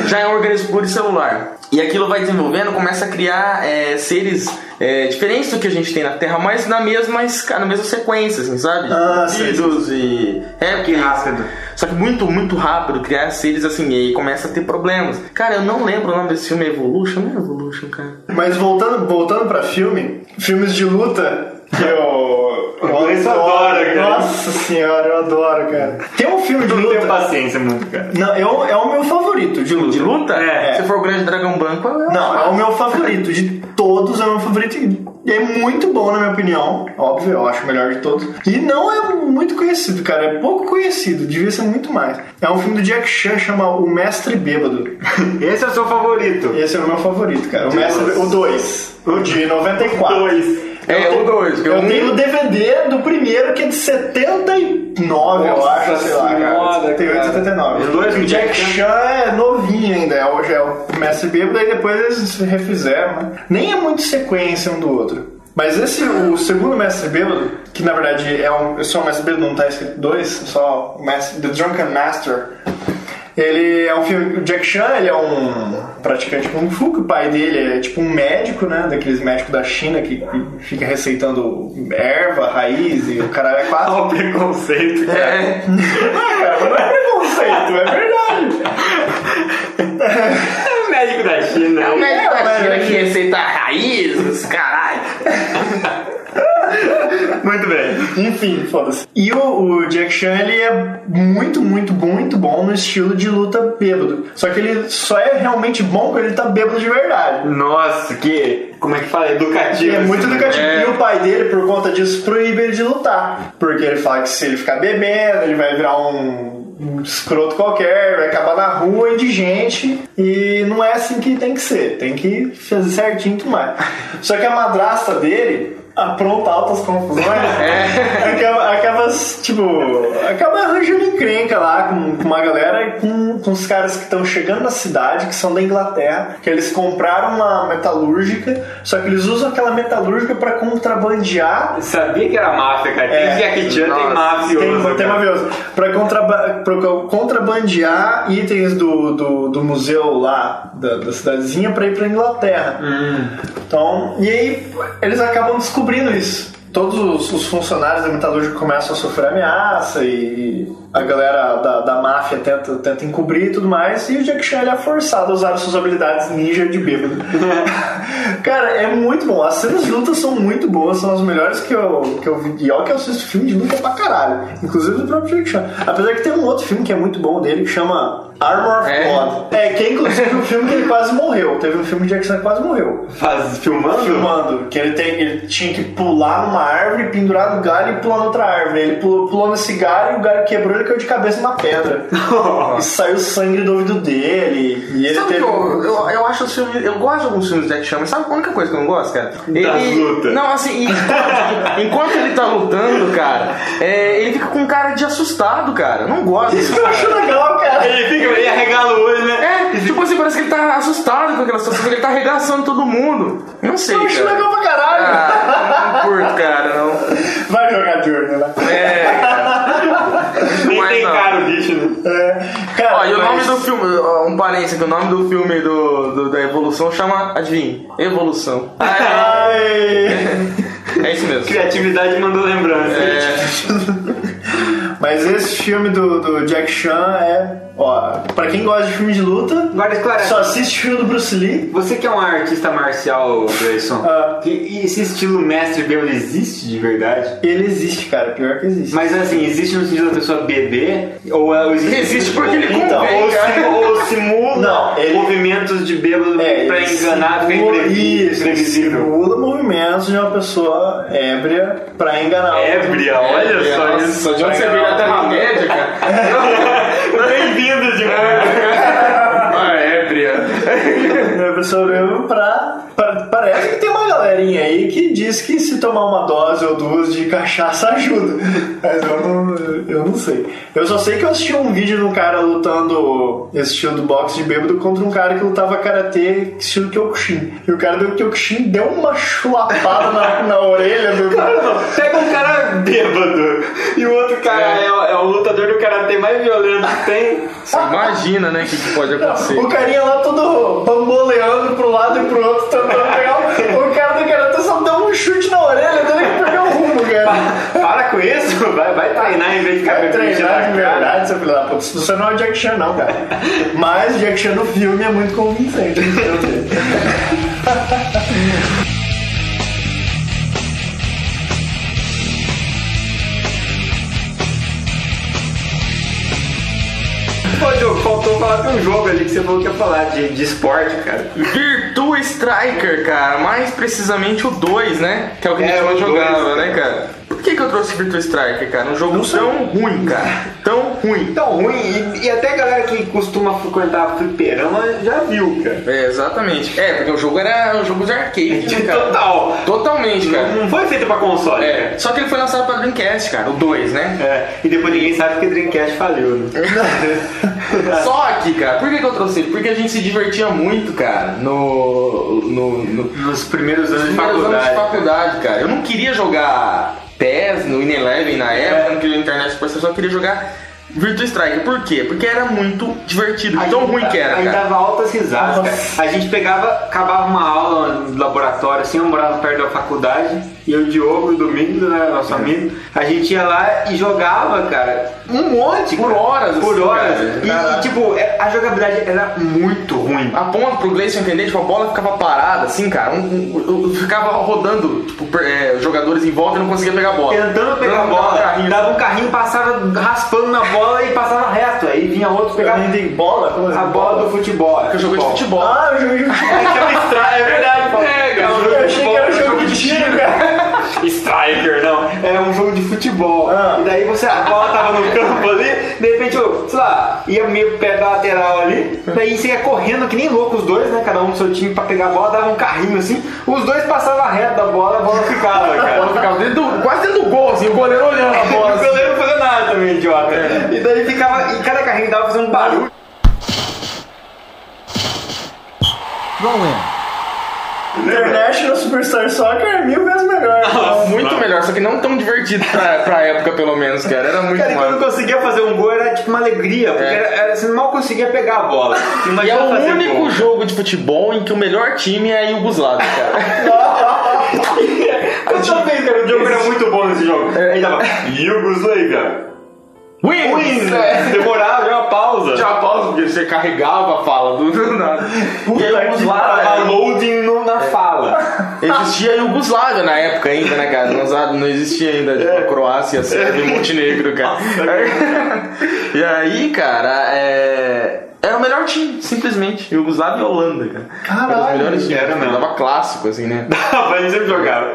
Já é um organismo pluricelular. E aquilo vai desenvolvendo, começa a criar é, seres é, diferentes do que a gente tem na Terra, mas na mesma, esca- na mesma sequência, assim, sabe?
Ah,
Vírus e. É,
Que rápido.
Só que muito, muito rápido, criar seres assim, e aí começa a ter problemas. Cara, eu não lembro o nome desse filme, é Evolution? Não é Evolution, cara.
Mas voltando, voltando pra filme, filmes de luta que eu. eu
Luiz adora, cara.
Nossa senhora, eu adoro, cara. Tem um filme de
Não tenho
luta.
paciência muito, cara.
Não, é o, é o meu favorito de luta.
De luta?
É.
Se for o Grande Dragão Branco, eu...
Não, é o meu favorito. De todos é o meu favorito. e- é muito bom, na minha opinião. Óbvio, eu acho o melhor de todos. E não é muito conhecido, cara. É pouco conhecido, devia ser muito mais. É um filme do Jack Chan, chama O Mestre Bêbado.
Esse é o seu favorito.
Esse é o meu favorito, cara. O Mestre... O 2. O de 94.
É, o 2.
Eu tenho o DVD do primeiro que é de 79, eu
Nossa
acho, sei lá, cara.
senhora,
78,
cara.
79.
Os dois
o
do
Jack
Jack
Chan é novinho ainda, é, hoje é o Mestre Bêbado, aí depois eles refizeram. né? Nem é muito sequência um do outro. Mas esse, o segundo Mestre Bêbado, que na verdade é um, só o Mestre Bêbado, não tá escrito dois, só o Mestre, The Drunken Master. Ele é um filme. O Jack Chan ele é um praticante Kung Fu, que o pai dele é tipo um médico, né? Daqueles médicos da China que, que fica receitando erva, raiz e o caralho é quatro.
Olha o preconceito, cara.
é
Ah, cara, mas não é preconceito, é verdade.
É o médico da China.
É o médico
É,
da China
mas-
que receita raízes, caralho.
Muito bem.
Enfim, foda-se. E o, o Jack Chan ele é muito, muito, muito bom no estilo de luta bêbado. Só que ele só é realmente bom quando ele tá bêbado de verdade.
Nossa, que. Como é que fala?
E
Educativo.
é muito educativo.
É.
E o pai dele, por conta disso, proíbe ele de lutar. Porque ele fala que se ele ficar bebendo, ele vai virar um, um escroto qualquer, vai acabar na rua, indigente. E não é assim que tem que ser. Tem que fazer certinho e tudo mais. Só que a madrasta dele. Apronta altas confusões.
É.
Acaba, acaba, tipo. Acaba arranjando encrenca lá com, com uma galera e com, com os caras que estão chegando na cidade, que são da Inglaterra, que eles compraram uma metalúrgica, só que eles usam aquela metalúrgica pra contrabandear.
Sabia que era máfia, cara.
É.
Tem Jackie Chan,
Nossa.
tem mafioso.
Tem, tem
cara.
uma vez, pra, contraba- pra contrabandear itens do, do, do museu lá, da, da cidadezinha, pra ir pra Inglaterra. Então, e aí eles acabam descobrindo isso. Todos os, os funcionários da metalúrgica começam a sofrer ameaça e a galera da, da máfia tenta, tenta encobrir e tudo mais. E o Jack Chan ele é forçado a usar as suas habilidades ninja de bêbado. Cara, é muito bom. As cenas de luta são muito boas, são as melhores que eu, que eu vi. E olha que eu assisto filme de luta pra caralho. Inclusive do próprio Jack Chan. Apesar que tem um outro filme que é muito bom dele que chama Armor of
É.
God. É, que é inclusive um filme que ele quase morreu. Teve um filme de Jack Chan que quase morreu
Faz, filmando?
filmando, que ele, tem, ele tinha que pular numa árvore, pendurar no galho e pular noutra árvore. Ele pulou, pulou nesse galho, o galho quebrou, ele caiu de cabeça numa pedra. e saiu sangue do ouvido dele. E ele
Sabe
teve. um-
que eu, eu, eu acho os filmes. Eu gosto de alguns filmes do Jack Chan, mas sabe é a única coisa que eu não gosto, cara?
lutas.
Não, assim, enquanto, enquanto ele tá lutando, cara, é, ele fica com cara de assustado, cara. Eu Não gosto disso.
Eu acho legal, cara.
Ele fica ele arregala o olho, né?
É, tipo assim, parece que ele tá assustado com aquela situação, que ele tá arregaçando todo mundo. Eu Não sei.
Eu acho
Cara.
legal pra caralho.
Ah, não curto, cara, não.
Vai jogar de olho, né?
É, cara.
Nem
Mas
tem
não.
cara o bicho, né?
É. Cara,
Ó, e o nome
mas-
do filme, ó, um parênteses aqui, o nome do filme do, do- da Evolução chama, adivinha, Evolução.
Ai.
É isso mesmo.
Criatividade mandou lembrança.
É,
Mas esse filme do, do Jack Chan é. Ó, pra quem gosta de filme de luta,
Agora esclarece.
só assiste filme do Bruce Lee.
Você que é um artista marcial, Grayson,
Ah.
que- e esse estilo mestre bêbado existe de verdade?
Ele existe, cara. Pior que existe.
Mas assim, existe no sentido da pessoa beber? Ou é- ou existe,
existe porque ele convém,
Então,
ou,
cara.
sim- ou simula
Não, ele-
movimentos de bêbado
É,
pra
ele
enganar, ficar
simula-
imprevi-
Isso, ele
imprevisível.
simula movimentos de uma pessoa ébria pra enganar.
É, Ébria, olha só isso.
de onde você veio da Terra-média, cara?
é Bem-vindo de
Ah, ébria.
A pessoa veio pra, pra- Parece que tem uma galerinha aí que diz que se tomar uma dose ou duas de cachaça ajuda. Mas eu não, eu não sei. Eu só sei que eu assisti um vídeo de um cara lutando esse estilo do boxe de bêbado contra um cara que lutava karatê estilo Kyokushin. E o cara do Kyokushin deu uma chulapada na, na orelha do
Pega um cara bêbado e o outro cara é, é o lutador do karatê mais violento que tem.
Você imagina, né, o que, que pode acontecer.
O carinha lá todo bamboleando pro lado e pro outro, tentando pegar o, o cara do garoto só deu um chute na orelha dele que perdeu o rumo, cara.
Para com isso, vai, vai treinar em vez de ficar
Cara,
bebendo de
treinar de
cara.
verdade, seu filho da puta. Você não é o Jack Chan, não, cara. Mas o Jack Chan no filme é muito convincente. né? meu Deus.
Pô, Diogo, faltou falar de um jogo ali que você falou que ia falar de, de esporte, cara.
Virtua Striker, cara, mais precisamente o 2, né? Que é o que a gente
É,
mais
o
jogava,
dois,
né, cara? Por que, que eu trouxe Virtua Striker, cara? Um jogo tão ruim, cara. Tão ruim.
Tão ruim, e, e até a galera que costuma frequentar fliperama já viu, cara.
É, exatamente. É, porque o jogo era um jogo de arcade, né, cara?
Total.
Totalmente, cara.
Não foi feito pra console. cara.
É, só que ele foi lançado pra Dreamcast, cara, o 2, né?
É, e depois ninguém sabe que Dreamcast faliu, né? É.
Só que, cara, por que, que eu trouxe ele? Porque a gente se divertia muito, cara, no. no, no
Nos primeiros anos de
primeiros anos de
faculdade.
faculdade, cara. Eu não queria jogar PES no In Eleven na
É.
época, eu não queria internet Super, eu só queria jogar Virtua Strike. Por quê? Porque era muito divertido,
Aí
tão
dava-
ruim que era,
Aí
cara.
dava altas risadas, cara. A gente pegava, acabava uma aula no laboratório, assim, eu morava perto da faculdade, e eu, o Diogo, o Domingo, né,
É.
nosso amigo, a gente ia lá e jogava, cara, um monte.
Por
cara.
horas,
Por
assim,
horas.
cara.
E- E,
Caraca.
tipo, é- a jogabilidade era muito ruim.
A ponta pro Gleison entender, tipo, a bola ficava parada, assim, cara. Um, um- um- ficava rodando, tipo, per- é, os jogadores em volta e não conseguia pegar a bola.
Tentando pegar
Dando-
a
dava um
bola,
carrinho.
dava um carrinho, passava raspando na bola e passava reto. Aí vinha outro pegar
Ainda em bola? Como assim?
a bola do futebol.
Porque eu joguei de futebol.
Ah, eu joguei de futebol.
É que é um stra- é verdade, Paulo.
É, cara,
É um jogo
Eu
de
achei
futebol,
que era
é um
jogo de tiro, cara.
Striker, não. É um jogo de futebol.
Ah.
E daí você, a bola tava no campo ali, de repente, eu, sei lá, ia meio pé da lateral ali, daí você ia correndo que nem louco os dois, né? Cada um do seu time pra pegar a bola, dava um carrinho assim, os dois passavam reto da bola, a bola ficava,
Ela
cara.
ficava dentro do- quase dentro do gol, assim, o goleiro olhando a
E
bola.
o
assim.
goleiro não fazia nada também, idiota.
É.
E daí ficava, e cada carrinho dava fazendo um barulho.
International é Superstar Soccer é mil vezes melhor.
Muito melhor, só que não tão divertido pra, pra época, pelo menos, cara. Era muito
Cara, e quando
massa.
conseguia fazer um gol era tipo uma alegria, porque
É.
era, era- você mal conseguia pegar a bola.
E
Imagina
é o
fazer
único
gol.
jogo de futebol em que o melhor time é a Yugoslávia, cara.
Eu também, cara, o Diogo era muito bom nesse jogo.
É.
Aí tava Yugoslavia.
Wins!
Wins!
É.
Demorava, deu uma pausa.
Tinha uma pausa, porque você carregava a fala do, do nada. E a Yugoslávia...
Tava loading no- na fala.
É. Existia a Iugoslávia na época ainda, né, cara? Não, usava- não existia ainda tipo, a Croácia, a Sérvia e Montenegro, cara. e aí, cara, é... era o melhor time, simplesmente. Iugoslávia e Holanda, cara. Era os
Caralho,
melhores times.
era mesmo.
Dava clássico, assim, né?
Mas eles sempre jogavam.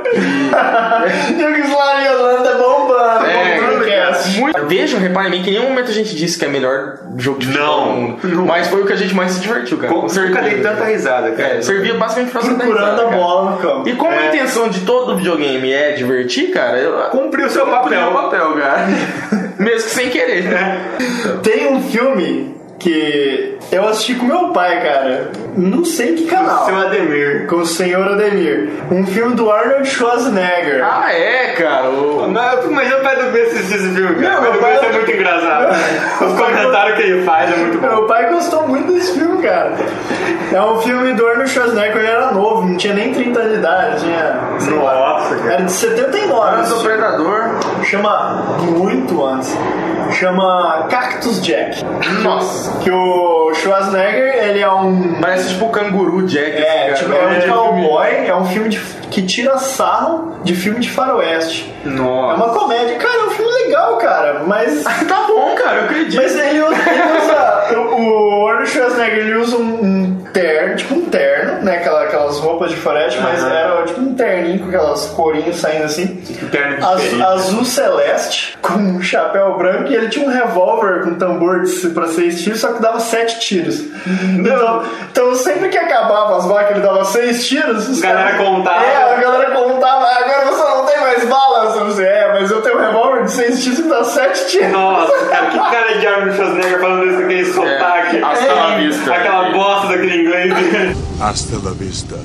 Yugoslávia e Holanda bombando.
É,
bombando cast.
muito... Vejam, reparem bem que em nenhum momento a gente disse que é o melhor jogo de futebol
Não.
do mundo. Mas foi o que a gente mais se divertiu, cara.
Nunca dei tanta risada, cara.
É, servia basicamente pra você dar
Procurando
risada,
a
cara.
bola no campo. É.
E
é
como a intenção de todo videogame é divertir, cara, eu,
Cumpriu seu
É o
papel. É.
papel, cara. Mesmo que sem querer.
Tem um filme que eu assisti com meu pai, cara. Não sei que canal.
Seu Ademir.
Com o senhor Ademir. Um filme do Arnold Schwarzenegger.
Ah, é, cara. o-
Não, eu fico imaginando o pai do Bia assistir esse filme, cara.
Não,
O pai do
meu
Bia
pai-
é muito engraçado. né? Os comentários que ele faz é muito bom.
Meu pai gostou muito desse filme, cara. É um filme do Arnold Schwarzenegger quando ele era novo, não tinha nem 30 anos de idade, tinha. sei lá.
Nossa, cara.
Era de 79.
Ah,
Eu sou predador.
Chama muito antes. Chama Cactus Jack.
Nossa.
Que o Schwarzenegger, ele é um.
Parece tipo o canguru Jack.
É,
esse
tipo, é
cara.
um
Ele
cowboy, é um filme de- que tira sarro de filme de faroeste. É
Nossa.
uma comédia. Cara, é um filme legal, cara, mas.
Tá bom, cara, eu acredito.
Mas ele usa. ele usa- o, o Arnold Schwarzenegger ele usa um, um terno, tipo um terno, né? Aquela, aquelas roupas de faroeste, mas
Aham.
era tipo um terninho com aquelas corinhas saindo assim.
Terno de
Az-
perigo.
azul celeste, com um chapéu branco, e ele tinha um revólver com tambor de, se- pra seis tiros, só que dava sete tiros.
Hum.
Então, então sempre que acabava as balas, que ele dava seis tiros. Os
A galera
caras-
contava.
É, a galera contava. "Ah, Agora você não tem mais balas. Eu disse, é, mas eu tenho um revólver de seis tiros que dá sete tiros.
Nossa, cara, que cara de Arnold Schwarzenegger falando isso com aquele sotaque. É.
hasta la É, vista.
Aquela bosta daquele inglês. dele.
Hasta la vista,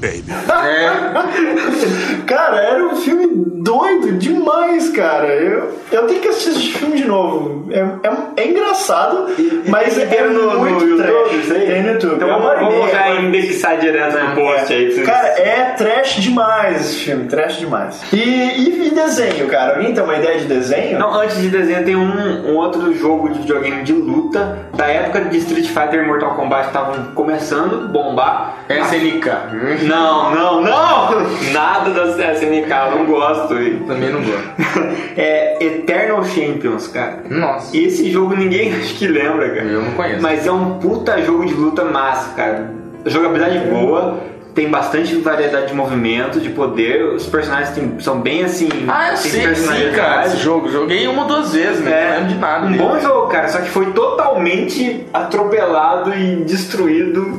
baby.
É.
Cara, era um filme doido demais, cara. Eu, eu tenho que assistir esse filme de novo. É, é, é engraçado, mas
Tem
é, muito trash. Tem no YouTube.
Então
é uma
vamos, vamos
ideia.
colocar e indexar direto no post aí. que vocês-
Cara, é trash demais esse filme, trash demais. E, e, e desenho, cara? Alguém tem uma ideia de desenho?
Não, antes de desenho tem um, um outro jogo de videogame de luta da época de Street Fighter e Mortal Kombat estavam começando a bombar.
SNK.
Não, não, não! Nada da SNK, eu não gosto. gosto. E-
Também não gosto.
é Eternal Champions, cara.
Nossa.
Esse jogo ninguém acho que lembra, cara.
Eu não conheço.
Mas é um puta jogo de luta massa, cara. Jogabilidade boa, tem bastante variedade de movimento, de poder. Os personagens tem- são bem assim.
Ah, eu
tem
sei, sim,
personalidade.
cara. Esse jogo. Joguei uma ou duas vezes, né? Não
É,
lembro de nada.
um
dele.
bom jogo, cara, só que foi totalmente atropelado e destruído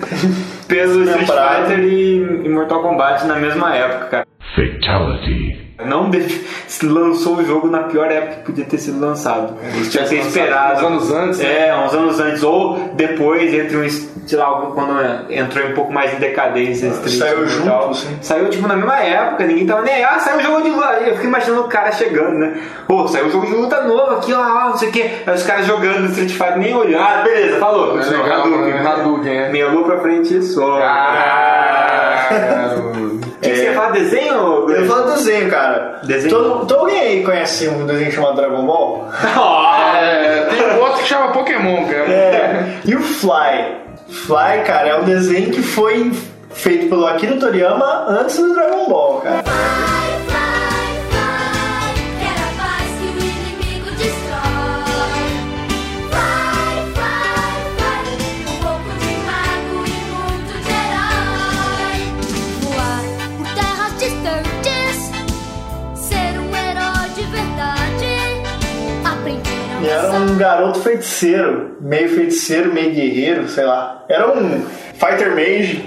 pelo Street
Lembrado.
Fighter e e Mortal Kombat na mesma época, cara.
Fatality.
Não de- se lançou o jogo na pior época que podia ter sido lançado.
É,
Eles tinham que ter esperado.
Uns anos antes, né?
É, uns anos antes. Ou depois, entre um. Sei lá, quando entrou um pouco mais em decadência.
Ah,
esse Street
Saiu
e
junto,
tal.
assim.
sim.
Saiu tipo na mesma época, ninguém tava nem aí. Ah, saiu um jogo de luta. Aí Eu fico imaginando o cara chegando, né? Pô, saiu um jogo de luta novo aqui, ó, ó, não sei o quê. Aí os caras jogando Street Fighter nem olhando. Ah, beleza, falou.
É legal, né? Hadouken, é. Ah,
Meia lua pra frente e só.
Caralho.
O que, que você fala? Desenho?
Eu falo desenho, cara.
Desenho?
Todo, todo alguém aí conhece um desenho chamado Dragon Ball?
É, tem um outro que chama Pokémon, cara.
É. E o Fly? Fly, cara, é um desenho que foi feito pelo Akira Toriyama antes do Dragon Ball, cara.
Quero a paz que o inimigo destrói. Vai, vai, vai. Um pouco de mago e muito de herói. Voar por terras distantes. Ser um herói de verdade. Aprender a
E era
lançar
um garoto feiticeiro, meio feiticeiro, meio guerreiro, sei lá. Era um Fighter Mage.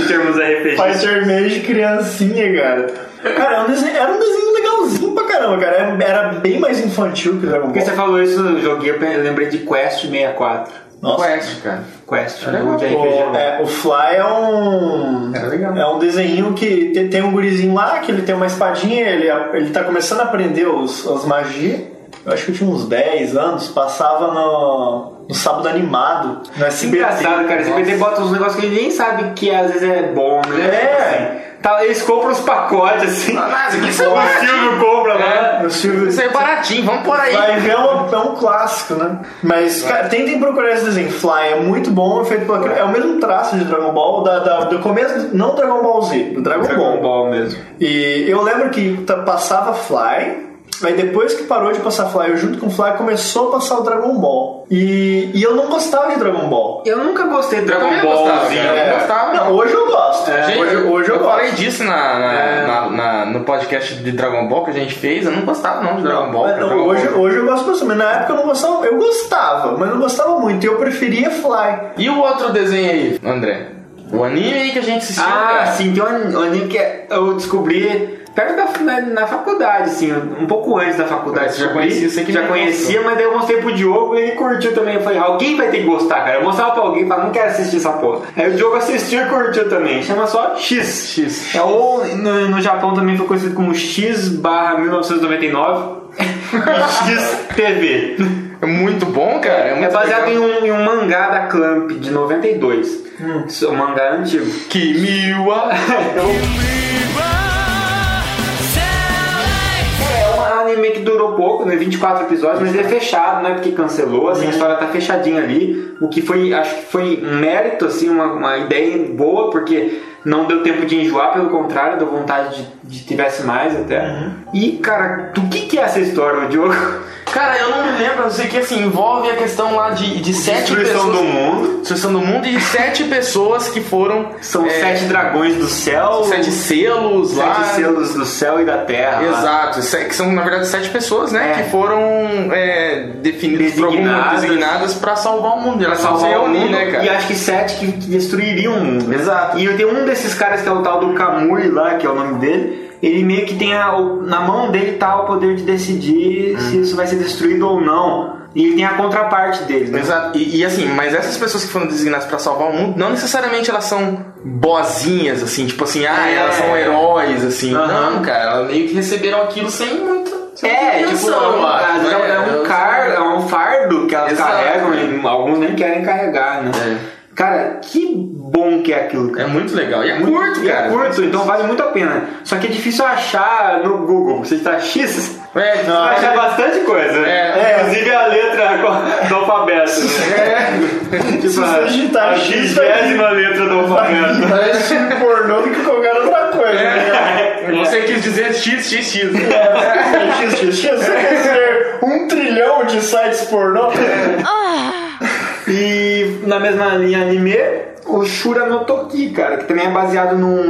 Em termos RPG.
Fighter Mage criancinha, cara. Cara, é um desenho- era um desenho legalzinho pra caramba, cara. Era- Era bem mais infantil que o Dragon
Porque você
Ball.
falou isso, eu joguei, eu lembrei de Quest 64.
Nossa.
Quest, cara.
Quest, né?
Era
jogo de
O,
RPG.
é, o Fly é um.
Era legal.
É um desenho que te- tem um gurizinho lá, que ele tem uma espadinha, ele, ele tá começando a aprender os, as magias. Eu acho que eu tinha uns 10 anos, passava no, no sábado animado, no SBT.
é Engraçado, cara. Esse PT bota uns negócios que a gente nem sabe que às vezes é bom, né?
É.
Assim, tá, eles compram os pacotes, assim.
Mas isso é
o
baratinho.
Silvio compra lá.
É.
No né? Silvio-
Isso aí é baratinho, vamos por aí.
Vai ver é um, é um clássico, né? Mas, cara, tentem procurar esse desenho. Fly é muito bom, é feito pela. É o mesmo traço de Dragon Ball, da, da- do começo. Não Dragon Ball Z, do Dragon,
Dragon
Ball.
Ball mesmo.
E eu lembro que ta- passava Fly. Aí depois que parou de passar Fly, eu junto com Fly começou a passar o Dragon Ball. E, e eu não gostava de Dragon Ball. É.
Eu nunca gostei de Dragon
também não
Ball.
gostava,
assim,
cara.
né?
É, Eu não gostava,
não,
não.
hoje eu gosto.
É,
Gente,
hoje,
eu,
hoje eu,
eu
gosto.
falei disso na, na- na- na- no podcast de Dragon Ball que a gente fez. Eu não gostava não de Dragon Ball. cara.
Não,
Dragon
hoje,
Ball.
hoje eu gosto bastante, mas na época eu não gostava. Eu gostava, mas não gostava muito. E eu preferia Fly.
E o outro desenho aí, André? O anime aí que a gente assistiu,
Ah,
cara.
sim, tem um anime que é- eu descobri perto da na, na faculdade, assim, um pouco antes da faculdade.
Você já
descobri,
conhecia, você que
já
me
conhecia, mas daí eu mostrei pro Diogo e ele curtiu também. Eu falei, alguém vai ter que gostar, cara. Eu mostrava pra alguém, falava, não quero assistir essa porra. Aí o Diogo assistiu e curtiu também. Chama só X.
X.
É, ou no, no Japão também foi conhecido como X barra 1999 e XTV.
É muito bom, cara. É, muito
É baseado
legal.
em um, em um mangá da Clamp de 92. Isso é um mangá antigo.
Que miua.
É um anime que durou pouco, né? 24 episódios, mas ele é fechado, não é porque cancelou, assim, a história tá fechadinha ali. O que foi, acho que foi um mérito, assim, uma, uma ideia boa, porque não deu tempo de enjoar, pelo contrário, deu vontade de, de tivesse mais até. E, cara, do que que é essa história, o Diogo?
Cara, eu não me lembro, eu sei que assim, envolve a questão lá de, de sete
Destruição
pessoas.
do mundo.
Destruição do mundo e de sete pessoas que foram.
São
é,
sete dragões do céu,
sete selos
sete
lá.
selos do céu e da terra. lá.
Exato, se- que são na verdade sete pessoas, né?
É.
Que foram é, definidas por algum mundo,
Designadas.
designadas pra salvar o mundo.
Pra
Elas
salvar
se
o
reunir,
mundo,
né,
E
cara?
acho que sete que, que destruiriam o mundo.
Exato.
E tem um desses caras que é o tal do Kamui lá, que é o nome dele. Ele meio que tem a, o- na mão dele tá o poder de decidir
Hum.
se isso vai ser destruído ou não. E ele tem a contraparte dele, né?
Exato. E, e, assim, mas essas pessoas que foram designadas pra salvar o mundo, não necessariamente elas são boazinhas, assim, tipo assim, ah,
É.
elas são heróis, assim.
Aham.
Não, cara, elas meio que receberam aquilo sem muito. sem
É,
muita
tipo, é
atenção,
um,
eu acho,
é,
né?
um
Eu-
car, é um fardo que elas
Exato.
carregam e alguns nem querem carregar, né?
É.
Cara, que bom que é aquilo,
É
cara.
muito legal. E é
Muito-
curto,
e é
cara.
curto, então vale muito a pena. Só que é difícil achar no Google. Você está X,
É,
Você vai achar bastante coisa.
É. tipo,
Inclusive a letra co- do alfabeto. Né? Tipo,
Se
a,
você digitar
a
tá X, vai vir.
vigésima letra do alfabeto.
É.
Parece um pornô do que qualquer outra coisa, né?
Você quis dizer XXX.
É.
XXX, você quer dizer um trilhão de sites pornô?
E na mesma linha anime, o Shura no Toki, cara, que também é baseado num,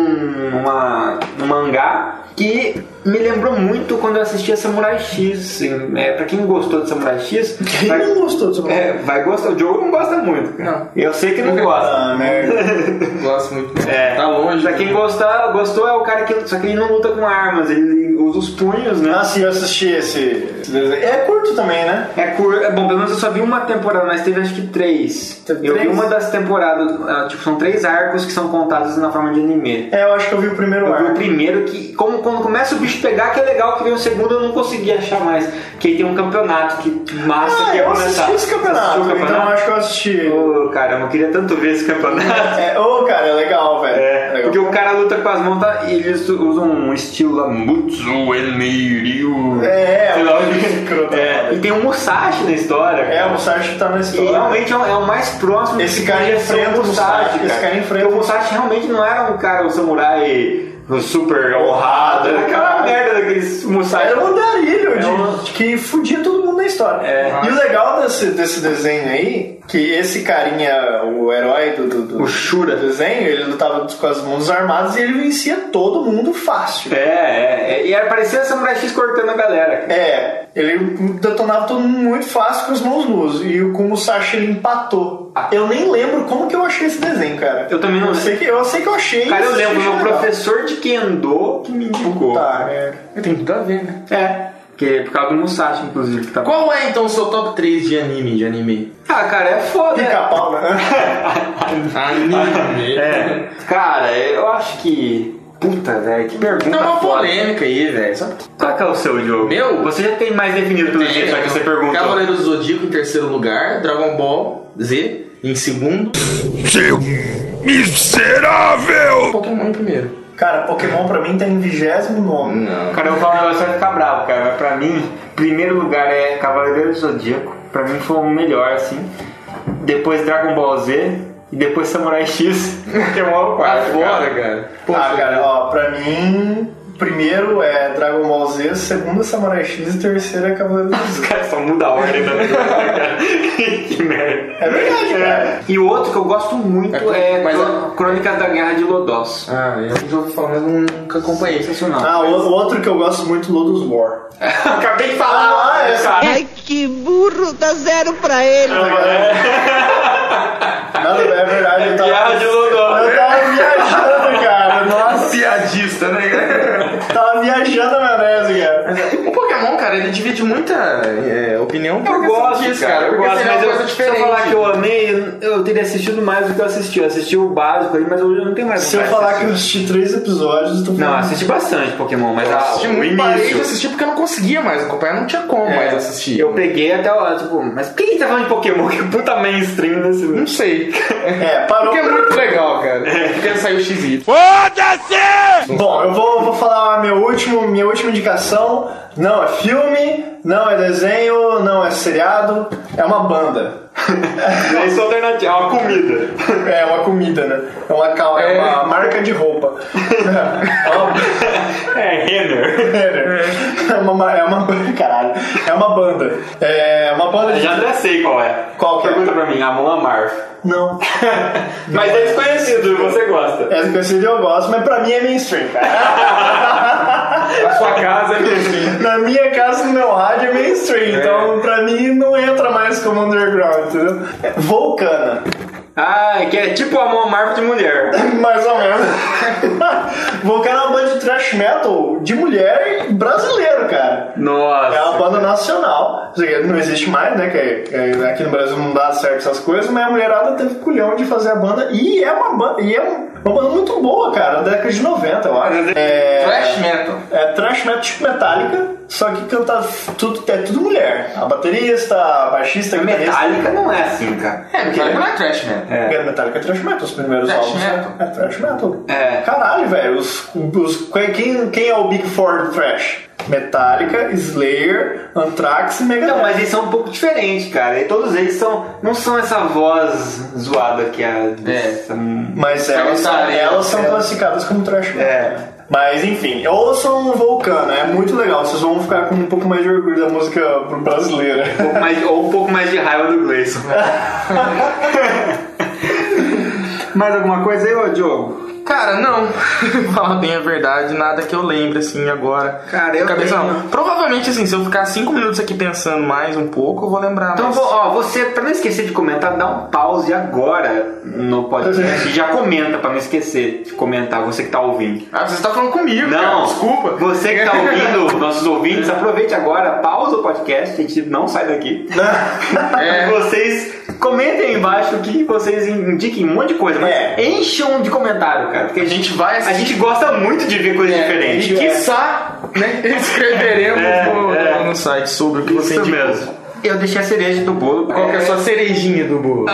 numa, num mangá que me lembrou muito quando eu assistia Samurai X. Assim, é, pra quem gostou de Samurai X,
Quem
vai,
não gostou disso?
é, vai gostar. O Joe não gosta muito, cara. Eu sei que não gosta.
Ah, merda.
Gosto muito.
É.
Tá longe.
Pra quem gostar, gostou é o cara que. Só que ele não luta com armas, ele usa os punhos, né?
Ah, sim, eu assisti esse, esse desenho. É curto também, né?
É, cur... é bom, pelo menos eu só vi uma temporada, mas teve acho que três.
Teve
eu vi
três?
uma das temporadas, ah, tipo, são três arcos que são contados na forma de anime.
É, eu acho que eu vi o primeiro
Eu vi o
arco.
primeiro que, como quando começa o bicho pegar, que é legal, que vem o segundo eu não consegui achar mais. Que aí tem um campeonato que massa
Ah,
que ia
eu
começar.
assisti esse campeonato,
Assistiu o
então eu
campeonato?
acho que eu assisti.
Ô, caramba, eu queria tanto ver esse campeonato.
É, ô, cara, é legal, velho.
É,
legal.
porque o cara luta com as mãos tá, e eles usam um estilo lá, Mutsu Enmeiryu.
É,
sei lá.
escroto.
É, e tem um Musashi na história.
É, o Musashi tá na
E
história.
realmente é o é o mais próximo
Esse
que
cara
podia ser
enfrenta o Musashi,
cara.
esse cara enfrenta
Porque
o
o Musashi realmente não era um cara, um samurai super honrado. Era aquela merda daqueles Musashi.
Era um andarilho de,
É uma-
de que fudia todo mundo na história.
É.
E o legal desse, desse desenho aí, que esse carinha, o herói do, do, do
O Shura.
desenho, ele lutava com as mãos armadas e ele vencia todo mundo fácil.
É, é, é. E era parecia Samurai X cortando a galera. cara.
É, ele detonava todo mundo muito fácil com as mãos nuas. E o- com o Musashi ele empatou. Eu nem lembro como que eu achei esse desenho, cara.
Eu também não
eu
sei.
sei que eu, sei que eu achei.
Cara, eu
isso,
lembro,
achei
meu
legal.
professor de Kendo que me indicou.
Tá, é.
Tem tudo a ver, né?
É. Que é por causa do Musashi, inclusive, que tá
Qual é então o seu top 3 de anime? De anime?
Ah, cara, é foda. Ah, né?
Pica-pau, né?
Anime.
É. Cara, eu acho que. Puta, velho, que pergunta.
Tá uma
foda.
polêmica aí, velho. Só
Qual que é o seu jogo?
Meu?
Você já tem mais definido pelo jeito, já que você perguntou.
Cavaleiro do Zodíaco em terceiro lugar, Dragon Ball Z em segundo,
Miserável!
Pokémon em primeiro.
Cara, Pokémon pra mim tá em 29.
Não.
Cara, eu vou falar um negócio vai ficar bravo, cara. Mas pra mim, primeiro lugar é Cavaleiro do Zodíaco. Pra mim foi o melhor, assim. Depois Dragon Ball Z. E depois Samurai X. é Pokémon 4.
Agora, Tá cara.
ah, cara, ó, pra mim, primeiro é Dragon Ball Z, segundo é Samurai X e terceiro é Cavaleiro do
Os
Zodíaco.
caras só mudam a ordem da coisa, cara. Que merda.
É verdade, cara.
E o outro que eu gosto muito
É,
é,
mas
Cro- Crônicas da Guerra de Lodoss.
Ah, eu já ouvi falar, mas nunca acompanhei.
Sensacional.
Ah, o outro que eu gosto muito, Lodos War.
Acabei de falar, né?
Ah, é,
cara.
Ai, que burro, dá zero pra ele.
né?
Nada, é verdade, eu
Guerra
tava,
de Lodoss.
eu tava viajando, cara. Nossa,
Piadista, né, cara?
eu tava viajando na maionese, cara.
O Pokémon, cara, ele divide muita é, opinião. por
Eu
questão
gosto
disso,
cara. Eu
porque
gosto,
seria
mas
uma
eu,
coisa
se eu
diferente.
falar que eu amei, eu- eu teria assistido mais do que eu assisti. Eu assisti o básico ali, mas hoje eu não tenho mais
Se eu
vontade de
falar que
assistir.
eu assisti três episódios, eu tô
Não,
falando.
assisti bastante Pokémon, mas ah,
assisti
o
muito, parei de
início... É,
assistir porque eu não conseguia mais acompanhar, não tinha como mais assistir.
Eu peguei até lá, tipo, mas por que ele tá falando de Pokémon? Que puta mainstream nesse
não sei.
É, parou.
Porque é muito legal, cara.
É.
Porque saiu XY.
Bom, eu vou, vou falar a minha, último, minha última indicação. Não é filme, não é desenho, não é seriado, é uma banda.
Isso é alternativa, é uma comida.
É uma comida, né? É uma, cal- é uma marca de roupa. É uma-
É Renner.
É uma, é uma banda, caralho. É uma banda. É uma banda
Eu
de.
já até sei qual é.
Qual que é?
Pergunta pra mim, a Amarf.
Não.
Mas é desconhecido, você gosta.
Essa conhecida eu gosto, mas pra mim é mainstream, cara.
A sua casa é minha.
Na minha casa, no meu rádio é mainstream, então pra mim não entra mais como underground, entendeu? É, Vulcana.
Ah, que é tipo a Amarf de mulher.
Mais ou menos. Vulcano é uma banda de thrash metal de mulher e brasileiro, cara.
Nossa.
É uma banda nacional. Quer dizer, Não existe mais, né? Que, que aqui no Brasil não dá certo essas coisas, mas a mulherada teve culhão de fazer a banda. E é uma banda, e é uma banda muito boa, cara. Da década de 90, eu acho. É,
Flash Metal.
é thrash metal tipo metálica, só que canta f- tudo, é tudo mulher. A baterista, a baixista, a guitarrista.
Metallica não é assim, cara.
É, porque não é Trash Metal.
É. Metallica é thrash metal, os primeiros
Thrash
álbuns. né?
metal.
É thrash metal.
É.
Caralho, velho. Os, os, quem, quem é o Big Four do thrash? Metallica, Slayer, Anthrax e Megadeth.
Não, mas eles são um pouco diferentes, cara. E todos eles são. Não são essa voz zoada que a.
É.
essa-
Mas elas,
Metallica,
elas são
elas-
classificadas como thrash metal.
É.
Mas enfim, ouçam Vulcano, é muito legal. Vocês vão ficar com um pouco mais de orgulho da música brasileira.
pouco mais- ou um pouco mais de raiva do Gleison. mais alguma coisa aí, ô Diogo?
Cara, não. Falar bem a verdade, nada que eu lembre, assim, agora.
Cara, eu
Cabeça,
tenho.
não. Provavelmente, assim, se eu ficar cinco minutos aqui pensando mais um pouco, eu vou lembrar
Então,
mais.
vou- ó, você, pra não esquecer de comentar, dá um pause agora no podcast e já comenta pra não esquecer de comentar, você que tá ouvindo.
Ah, você tá falando comigo, cara.
Não,
Desculpa.
Você que tá ouvindo, nossos ouvintes, aproveite agora, pausa o podcast, a gente não sai daqui.
É.
Vocês comentem aí embaixo o que vocês indiquem um monte de coisa, mas
É.
encham de comentário, cara, porque
A gente vai É,
a
assistir.
gente gosta muito de ver coisas diferentes.
E quiçá, né? Escreveremos
É,
no,
é.
no site sobre o que você
Isso
indicou.
mesmo. Eu deixei a cereja do bolo.
Qual que é Ah. a sua cerejinha do bolo?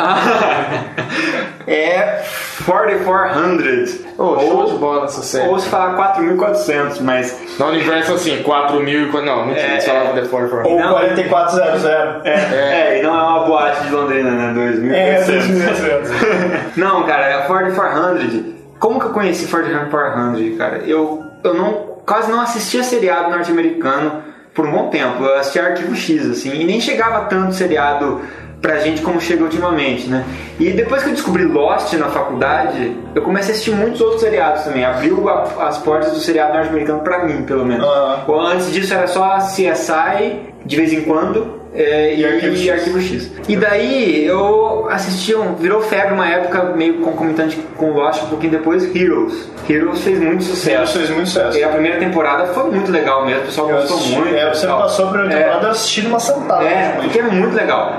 é 4400.
Ô, show de bola essa série.
Ou se falar 4400, mas.
No universo, assim, 4 mil e... qua- Não, não tinha,
É,
eles falavam The Four Four.
Ou
Não.
4400.
É, e não é uma boate de Londrina, né? 2400.
É, 4400.
Não, cara, é a Ford 400. Como que eu conheci Ford 400, cara? Eu, eu não, quase não assistia seriado norte-americano por um bom tempo. Eu assistia Arquivo X, assim, e nem chegava tanto seriado pra gente como chega ultimamente, né? E depois que eu descobri Lost na faculdade, eu comecei a assistir muitos outros seriados também. Abriu a- as portas do seriado norte-americano pra mim, pelo menos.
Ah.
Ou Antes disso era só CSI, de vez em quando, é, e,
Arquivo X.
e Arquivo X. E daí eu assisti, um, virou febre uma época meio concomitante com Lost, um pouquinho depois, Heroes. Heroes fez muito
Isso
sucesso.
fez muito sucesso.
E a primeira temporada foi muito legal mesmo, o pessoal
Eu
gostou
assisti,
muito.
é,
e
você
tal.
passou pra
É.
temporada, eu assisti numa né? sentada.
É,
mas-
porque é muito legal.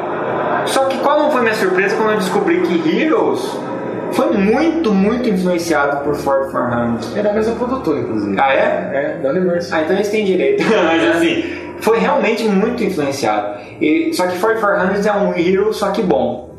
Só que qual não foi minha surpresa quando eu descobri que Heroes foi muito, muito influenciado por Ford Farhan.
É da mesma produtora, inclusive.
Ah, é?
É, da É. Universo.
Ah, então eles têm direito. Mas assim, foi realmente muito influenciado. E- só que Ford 400 é um hero, só que bom.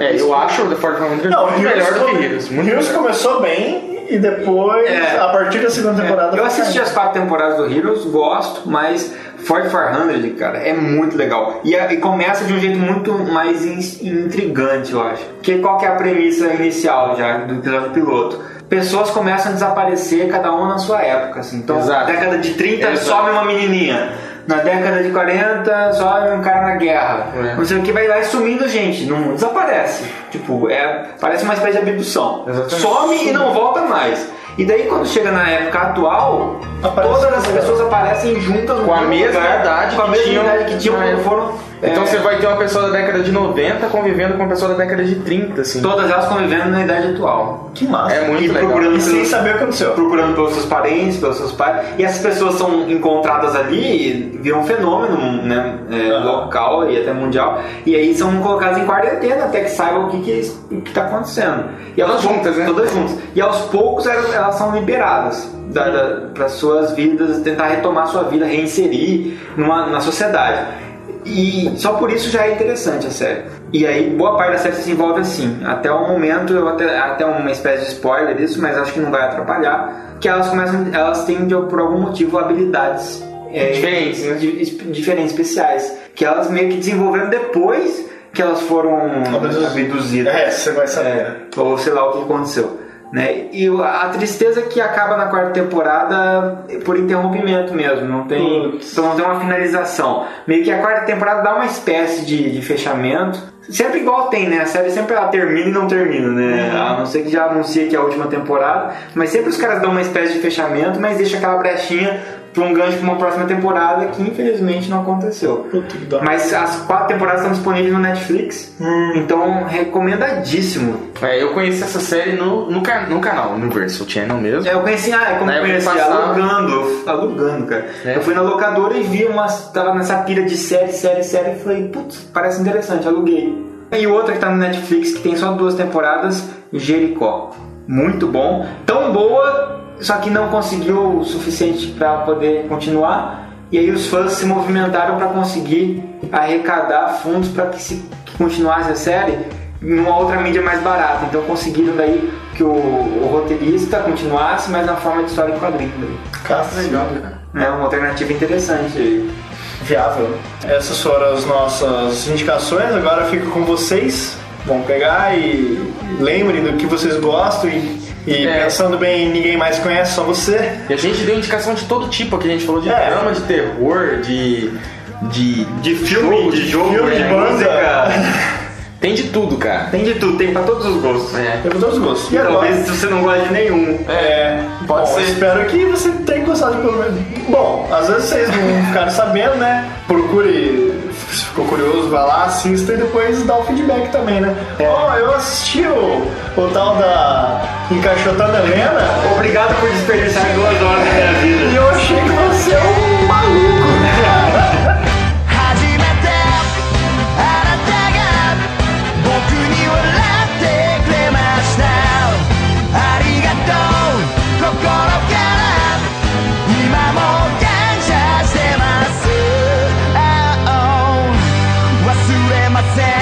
É, eu acho o The Four Four Hundred
Não,
muito melhor do que Heroes. Muito
Heroes
melhor.
começou bem e depois,
É.
a partir da segunda temporada.
Eu assisti as quatro temporadas do Heroes, gosto, mas Ford 400, cara, é muito legal. E, a- e começa de um jeito muito mais in- intrigante, eu acho. Porque qual que é a premissa inicial já do episódio piloto? Pessoas começam a desaparecer, cada uma na sua época, assim. Então,
Exato.
década de 30
Exato.
some uma menininha. Na década de 40 some um cara na guerra.
É.
Não sei o que, vai lá e sumindo gente, não desaparece. Tipo, é, parece uma espécie de abdução.
Exatamente.
Some e não volta mais. E daí quando chega na época atual,
Aparece
todas as
tudo.
pessoas aparecem juntas no
Com a
mesmo
mesma
lugar,
idade
com a
que
mesma
tinham
idade que tinham
na
quando
época.
foram.
Então
é,
você vai ter uma pessoa da década de 90 convivendo com uma pessoa da década de 30, assim.
todas elas convivendo na idade atual.
Que massa.
É muito
e
legal.
procurando
E sem
pelos-
saber o que aconteceu.
procurando pelos seus parentes, pelos seus pais. E essas pessoas são encontradas ali e viram um fenômeno né, é,
Aham.
local e até mundial. E aí são colocadas em quarentena até que saibam o que está que, o que tá acontecendo. E elas
Todas juntas, né?
Todas juntas. E aos poucos elas, elas são liberadas da, para suas vidas, tentar retomar sua vida, reinserir numa, na sociedade. E só por isso já é interessante a série. E aí, boa parte da série se envolve assim. Até o momento, eu até, até uma espécie de spoiler disso, mas acho que não vai atrapalhar. Que elas começam, elas têm de- por algum motivo habilidades é,
Diferentes, né?
di- es- diferentes, especiais. Que elas meio que desenvolveram depois que elas foram
Abduzidas.
abduzidas.
É, você vai saber.
É, ou sei lá o que aconteceu. Né? E o- a tristeza é que acaba na quarta temporada é por interrompimento mesmo, não tem,
Putz.
então não tem uma finalização. Meio que a quarta temporada dá uma espécie de, de fechamento. Sempre igual tem, né? A série sempre ela termina e não termina, né? A não ser que já anuncie que é a última temporada, mas sempre os caras dão uma espécie de fechamento, mas deixa aquela brechinha pra um gancho pra uma próxima temporada que infelizmente não aconteceu.
Puta que dó.
Mas as quatro temporadas estão disponíveis no Netflix, então recomendadíssimo.
É, eu conheci essa série no, no, ca- no canal Universal Channel mesmo.
Eu conheci, ah, é como
Na
eu
época
conheci,
passava.
alugando, eu f- alugando, cara.
É.
Eu fui na locadora e vi uma, tava nessa pira de série, série, série, e falei, putz, parece interessante, aluguei. E outra que tá no Netflix, que tem só duas temporadas, Jericó. Muito bom, tão boa, só que não conseguiu o suficiente pra poder continuar. E aí os fãs se movimentaram pra conseguir arrecadar fundos pra que se que continuasse a série numa outra mídia mais barata. Então conseguiram daí que o, o roteirista continuasse, mas na forma de história em quadrinho. daí.
Legal.
É uma alternativa interessante. aí.
Viável. Essas foram as nossas indicações, agora fico com vocês. Vão pegar e lembrem do que vocês gostam e E
É.
pensando bem, ninguém mais conhece, só você.
E a gente deu indicação de todo tipo aqui. A gente falou de
É.
drama, de terror, de. De,
De filme,
jogo,
de
de jogo,
filme,
é,
de banda.
música. Tem de tudo, cara.
Tem de tudo, tem pra todos os gostos.
É.
Eu todos os gostos. E agora?
Talvez você não goste de nenhum.
É,
pode
bom,
ser.
Espero que você tenha gostado pelo menos. Bom, às vezes vocês não ficaram sabendo, né? Procure, se ficou curioso, vai lá, assista e depois dá o feedback também, né? Ó, eu assisti o, o tal da Encaixotando Helena
Obrigado por desperdiçar duas horas da minha vida.
e eu achei que você é um maluco, né?
初めてあなたが僕に笑ってくれましたありがとう心から今も感謝してます Oh, oh 忘れません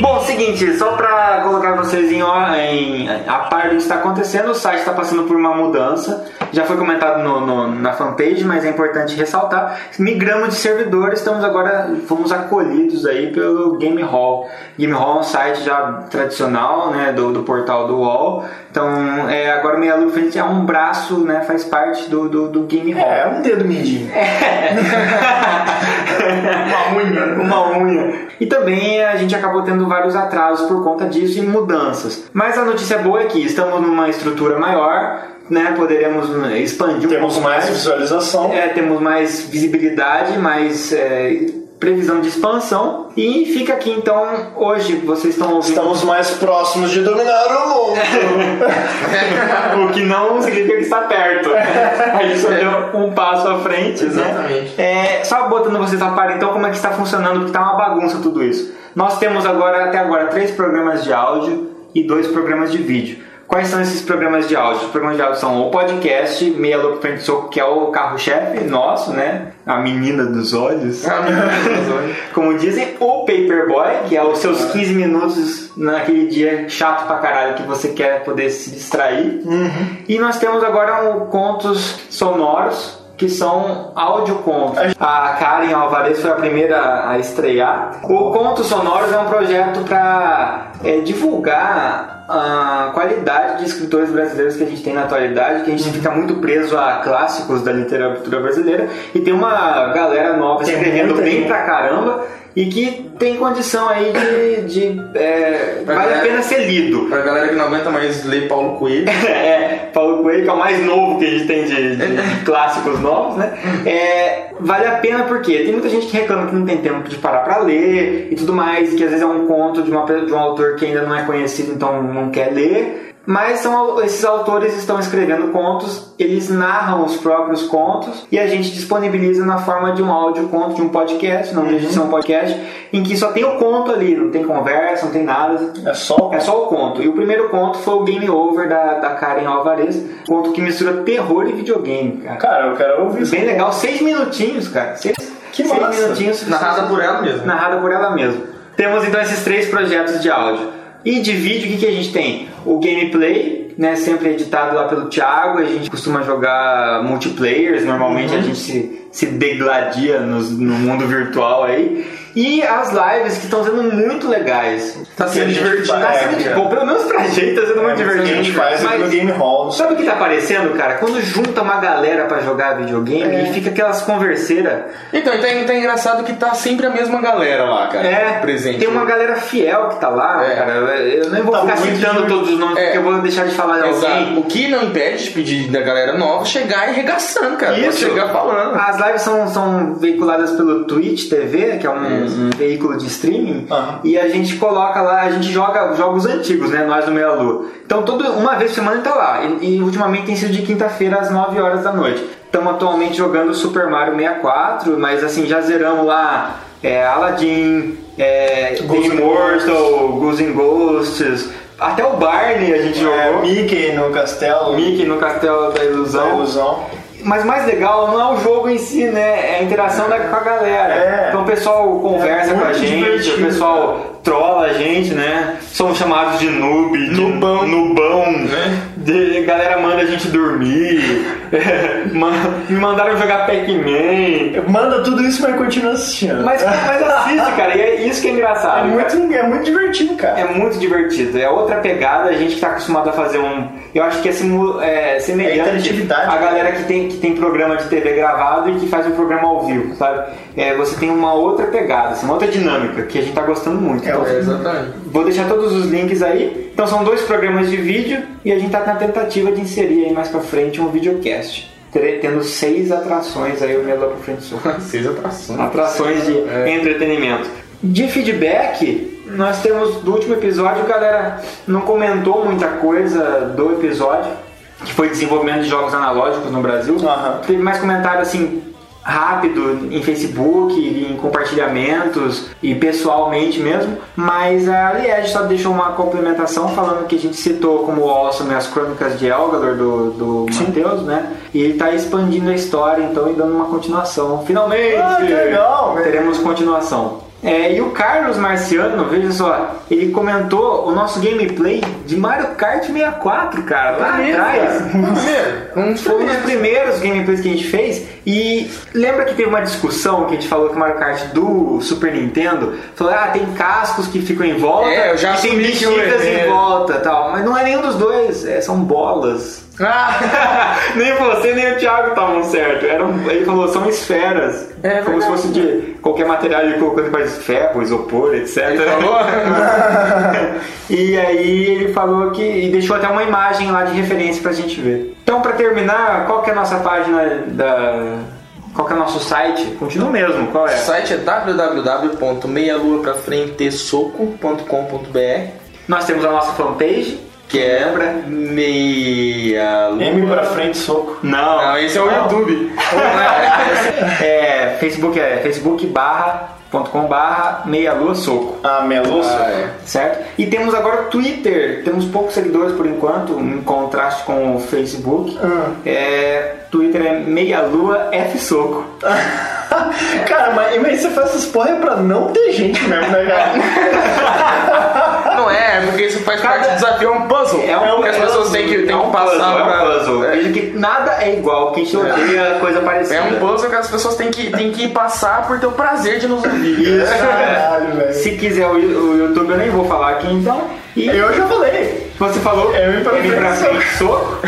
Bom, é seguinte, só pra colocar vocês em, ó- em- a par do que está acontecendo, o site está passando por uma mudança. Já foi comentado no- no- na fanpage, mas é importante ressaltar. Migramos de servidor, estamos agora, fomos acolhidos aí pelo Game Hall. Game Hall é um site já tradicional, né, do, do portal do UOL. Então, é, agora o Meia Lua Frente é um braço, né, faz parte do, do, do Game Hall.
É, um dedo mindinho. Uma unha. né?
uma unha. E também a gente acabou tendo vários atrasos por conta disso e mudanças. Mas a notícia boa é que estamos numa estrutura maior, né? Poderemos né, expandir um
Temos
pouco
mais visualização.
é, temos mais visibilidade, mais é, previsão de expansão. E fica aqui então, hoje vocês estão ouvindo.
Estamos mais próximos de dominar o mundo.
o que não significa que está perto. A gente só deu um passo à frente,
Exatamente.
né? É, só botando vocês a par, então, como é que está funcionando, porque está uma bagunça tudo isso. Nós temos agora, até agora, três programas de áudio e dois programas de vídeo. Quais são esses programas de áudio? Os programas de áudio são o podcast, Meia Louco Frente Soco, que é o carro-chefe nosso, né? A menina dos olhos.
Ah, meu Deus,
Como dizem, o Paperboy, que é os seus 15 minutos naquele dia chato pra caralho que você quer poder se distrair. E nós temos agora o contos sonoros. Que são audiocontos. A Karen Alvarez foi a primeira a estrear. O Contos Sonoros é um projeto para divulgar a qualidade de escritores brasileiros que a gente tem na atualidade, que a
Uhum.
gente fica muito preso a clássicos da literatura brasileira, e tem uma galera nova
Tem
escrevendo
muita
bem
gente.
pra pra caramba e que tem condição aí de. de, é,
Pra
vale a
galera.
pena ser lido.
Pra galera que não aguenta mais ler Paulo Coelho.
É, Paulo Coelho, que é o mais novo que a gente tem de, de clássicos novos, né? É, vale a pena porque tem muita gente que reclama que não tem tempo de parar pra ler e tudo mais, e que às vezes é um conto de, uma, pe- de um autor que ainda não é conhecido, então não quer ler. Mas são, au- esses autores estão escrevendo contos, eles narram os próprios contos e a gente disponibiliza na forma de um áudio conto, de um podcast, não deixa de ser um podcast, em que só tem o conto ali, não tem conversa, não tem nada.
É só
É só o conto. E o primeiro conto foi o Game Over da, da Karen Alvarez. Conto que mistura terror e videogame, cara.
Cara, eu quero ouvir isso.
Bem legal. Seis minutinhos, cara. Seis,
Que
seis
massa.
minutinhos.
Narrada por ela mesmo.
Narrada por ela mesma. Temos então esses três projetos de áudio. E de vídeo, o que, que a gente tem? O gameplay, né? Sempre editado lá pelo Thiago. A gente costuma jogar multiplayers. Normalmente
Uhum.
a gente se, se degladia nos- no mundo virtual aí. E as lives que estão sendo muito legais.
Tá sendo
Tem gente que
divertido. É,
Tá
É,
sendo
cara.
bom, pelo menos pra gente tá sendo muito
A
divertido.
gente É faz aqui no
Mas
Game Hall.
sabe o que tá aparecendo, cara? Quando junta uma galera pra jogar videogame e fica aquelas converseiras.
Então, então é- então é engraçado que tá sempre a mesma galera lá, cara.
É,
Presente. né?
tem uma galera fiel que tá lá,
É.
cara. Eu nem vou
Tá
ficar
muito
citando
divertido.
todos os nomes
É.
porque eu vou deixar de falar de alguém.
Exato. O que não impede de pedir da galera nova chegar e regaçando, cara. Pode
Isso.
chegar falando.
As lives são, são veiculadas pelo Twitch TV, que é um, um veículo de streaming,
Aham.
e a gente coloca lá, a gente joga jogos antigos, né? Nós do Meia Lua. Então, toda, uma vez por semana tá lá. E, e ultimamente tem sido de quinta-feira às 9 horas da noite. Estamos atualmente jogando Super Mario 64, mas assim, já zeramos lá é, Aladdin, é, The
Ghost and
Immortal, Goose and Ghosts, até o Barney a gente
É,
jogou.
Mickey no castelo.
Mickey no Castelo da
da
Ilusão.
ilusão.
Mas mais legal não é o jogo em si, né? É a interação da, com a galera.
É.
Então o pessoal conversa
É
com a
muito
gente,
divertido,
o pessoal trola a gente, né? Somos chamados de noob, de
Nubão.
nubão.
É.
Né?
de- galera manda a gente dormir, man- me mandaram jogar Pac-Man.
Manda tudo isso, mas continua assistindo.
Mas, mas assiste, cara, e é isso que é engraçado.
É
cara.
muito, é muito divertido, cara.
É muito divertido, é outra pegada, a gente que tá acostumado a fazer um. Eu acho que é, simu, é
É
semelhante
interatividade.
à galera que tem, que tem programa de TV gravado e que faz um programa ao vivo, sabe? É, você tem uma outra pegada, assim, uma outra dinâmica que a gente tá gostando muito. Então,
É, exatamente.
Vou deixar todos os links aí. Então são dois programas de vídeo e a gente tá na tentativa de inserir aí mais pra frente um videocast. Tere- Tendo seis atrações aí o meu lá pra frente sul.
Seis atrações.
Atrações de
É.
entretenimento. De feedback, nós temos do último episódio, a galera não comentou muita coisa do episódio, que foi desenvolvimento de jogos analógicos no Brasil.
Aham.
Teve mais comentário assim rápido em Facebook, em compartilhamentos e pessoalmente mesmo, mas a Liege só deixou uma complementação falando que a gente citou como awesome as crônicas de Elgador do, do Matheus, né? E ele tá expandindo a história então e dando uma continuação. Finalmente!
Ah, que legal, velho.
Teremos continuação. É, e o Carlos Marciano, veja só, ele comentou o nosso gameplay de Mario Kart 64, cara, lá atrás.
Um
Foi um dos primeiros gameplays que a gente fez e lembra que teve uma discussão que a gente falou que o Mario Kart do Super Nintendo falou, ah, tem cascos que ficam em volta
É, eu já
e tem
assumi que eu
bexigas
errei.
em volta tal. Mas não é nenhum dos dois, é, são bolas.
Ah.
nem você nem o Thiago estavam certo. Eram, ele falou, são esferas.
É
como se
verdade.
fosse de qualquer material ele colocou ele faz ferro, isopor, etc. E aí ele falou que. E deixou até uma imagem lá de referência pra gente ver. Então, pra terminar, qual que é a nossa página da. Qual que é o nosso site? Continua mesmo, qual é?
O site é www.meialuaprafrentesoco.com.br
Nós temos a nossa fanpage.
que é meia lua.
M pra frente, soco.
Não.
Não, esse é o YouTube.
é, Facebook é Facebook barra ponto com barra meia lua soco.
Ah, Melo,
Ah, é.
certo? E temos agora o Twitter, temos poucos seguidores por enquanto, em contraste com o Facebook.
Ah.
É, Twitter é meia lua F soco.
Cara, mas, mas você faz essas porra é pra não ter gente mesmo, né, cara?
Não é, porque isso faz parte do desafio, é um puzzle.
É um
que as
puzzle,
pessoas têm que, têm
é um
que passar
puzzle,
pra.
é um puzzle. Veja que nada é igual, que a gente odeia coisa parecida.
É um puzzle que as pessoas têm que, têm que passar por ter o prazer de nos ouvir.
Isso,
Caralho, velho.
Se quiser o, o YouTube, eu nem vou falar aqui então. E
Eu já falei.
você falou
É, vem pra
vem
frente,
soco.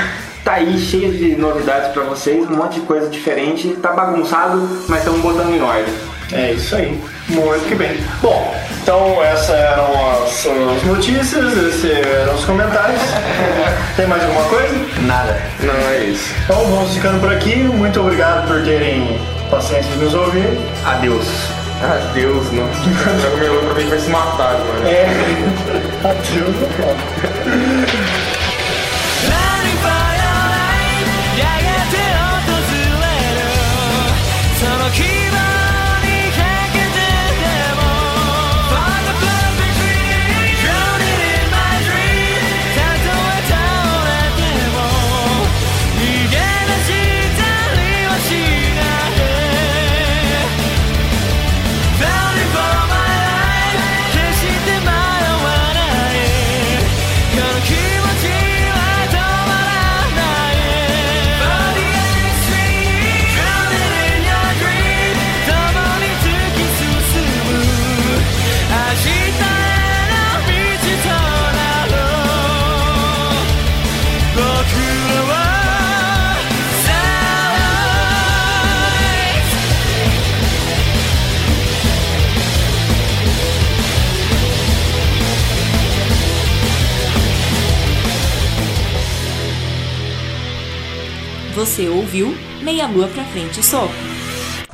Tá aí cheio de novidades pra vocês, um monte de coisa diferente. Tá bagunçado, mas estamos botando em ordem.
É isso aí. Muito que bem. Bom, então essas eram as, as notícias, esses eram os comentários. Tem mais alguma coisa?
Nada.
Não é isso.
Então vamos ficando por aqui. Muito obrigado por terem paciência de nos ouvir.
Adeus.
Ah, Deus, nossa. Agora meu outro amigo vai se matar, mano.
É. Adeus, meu povo.
Você ouviu Meia Lua pra Frente Soco.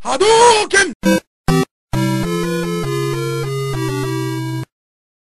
Hadouken!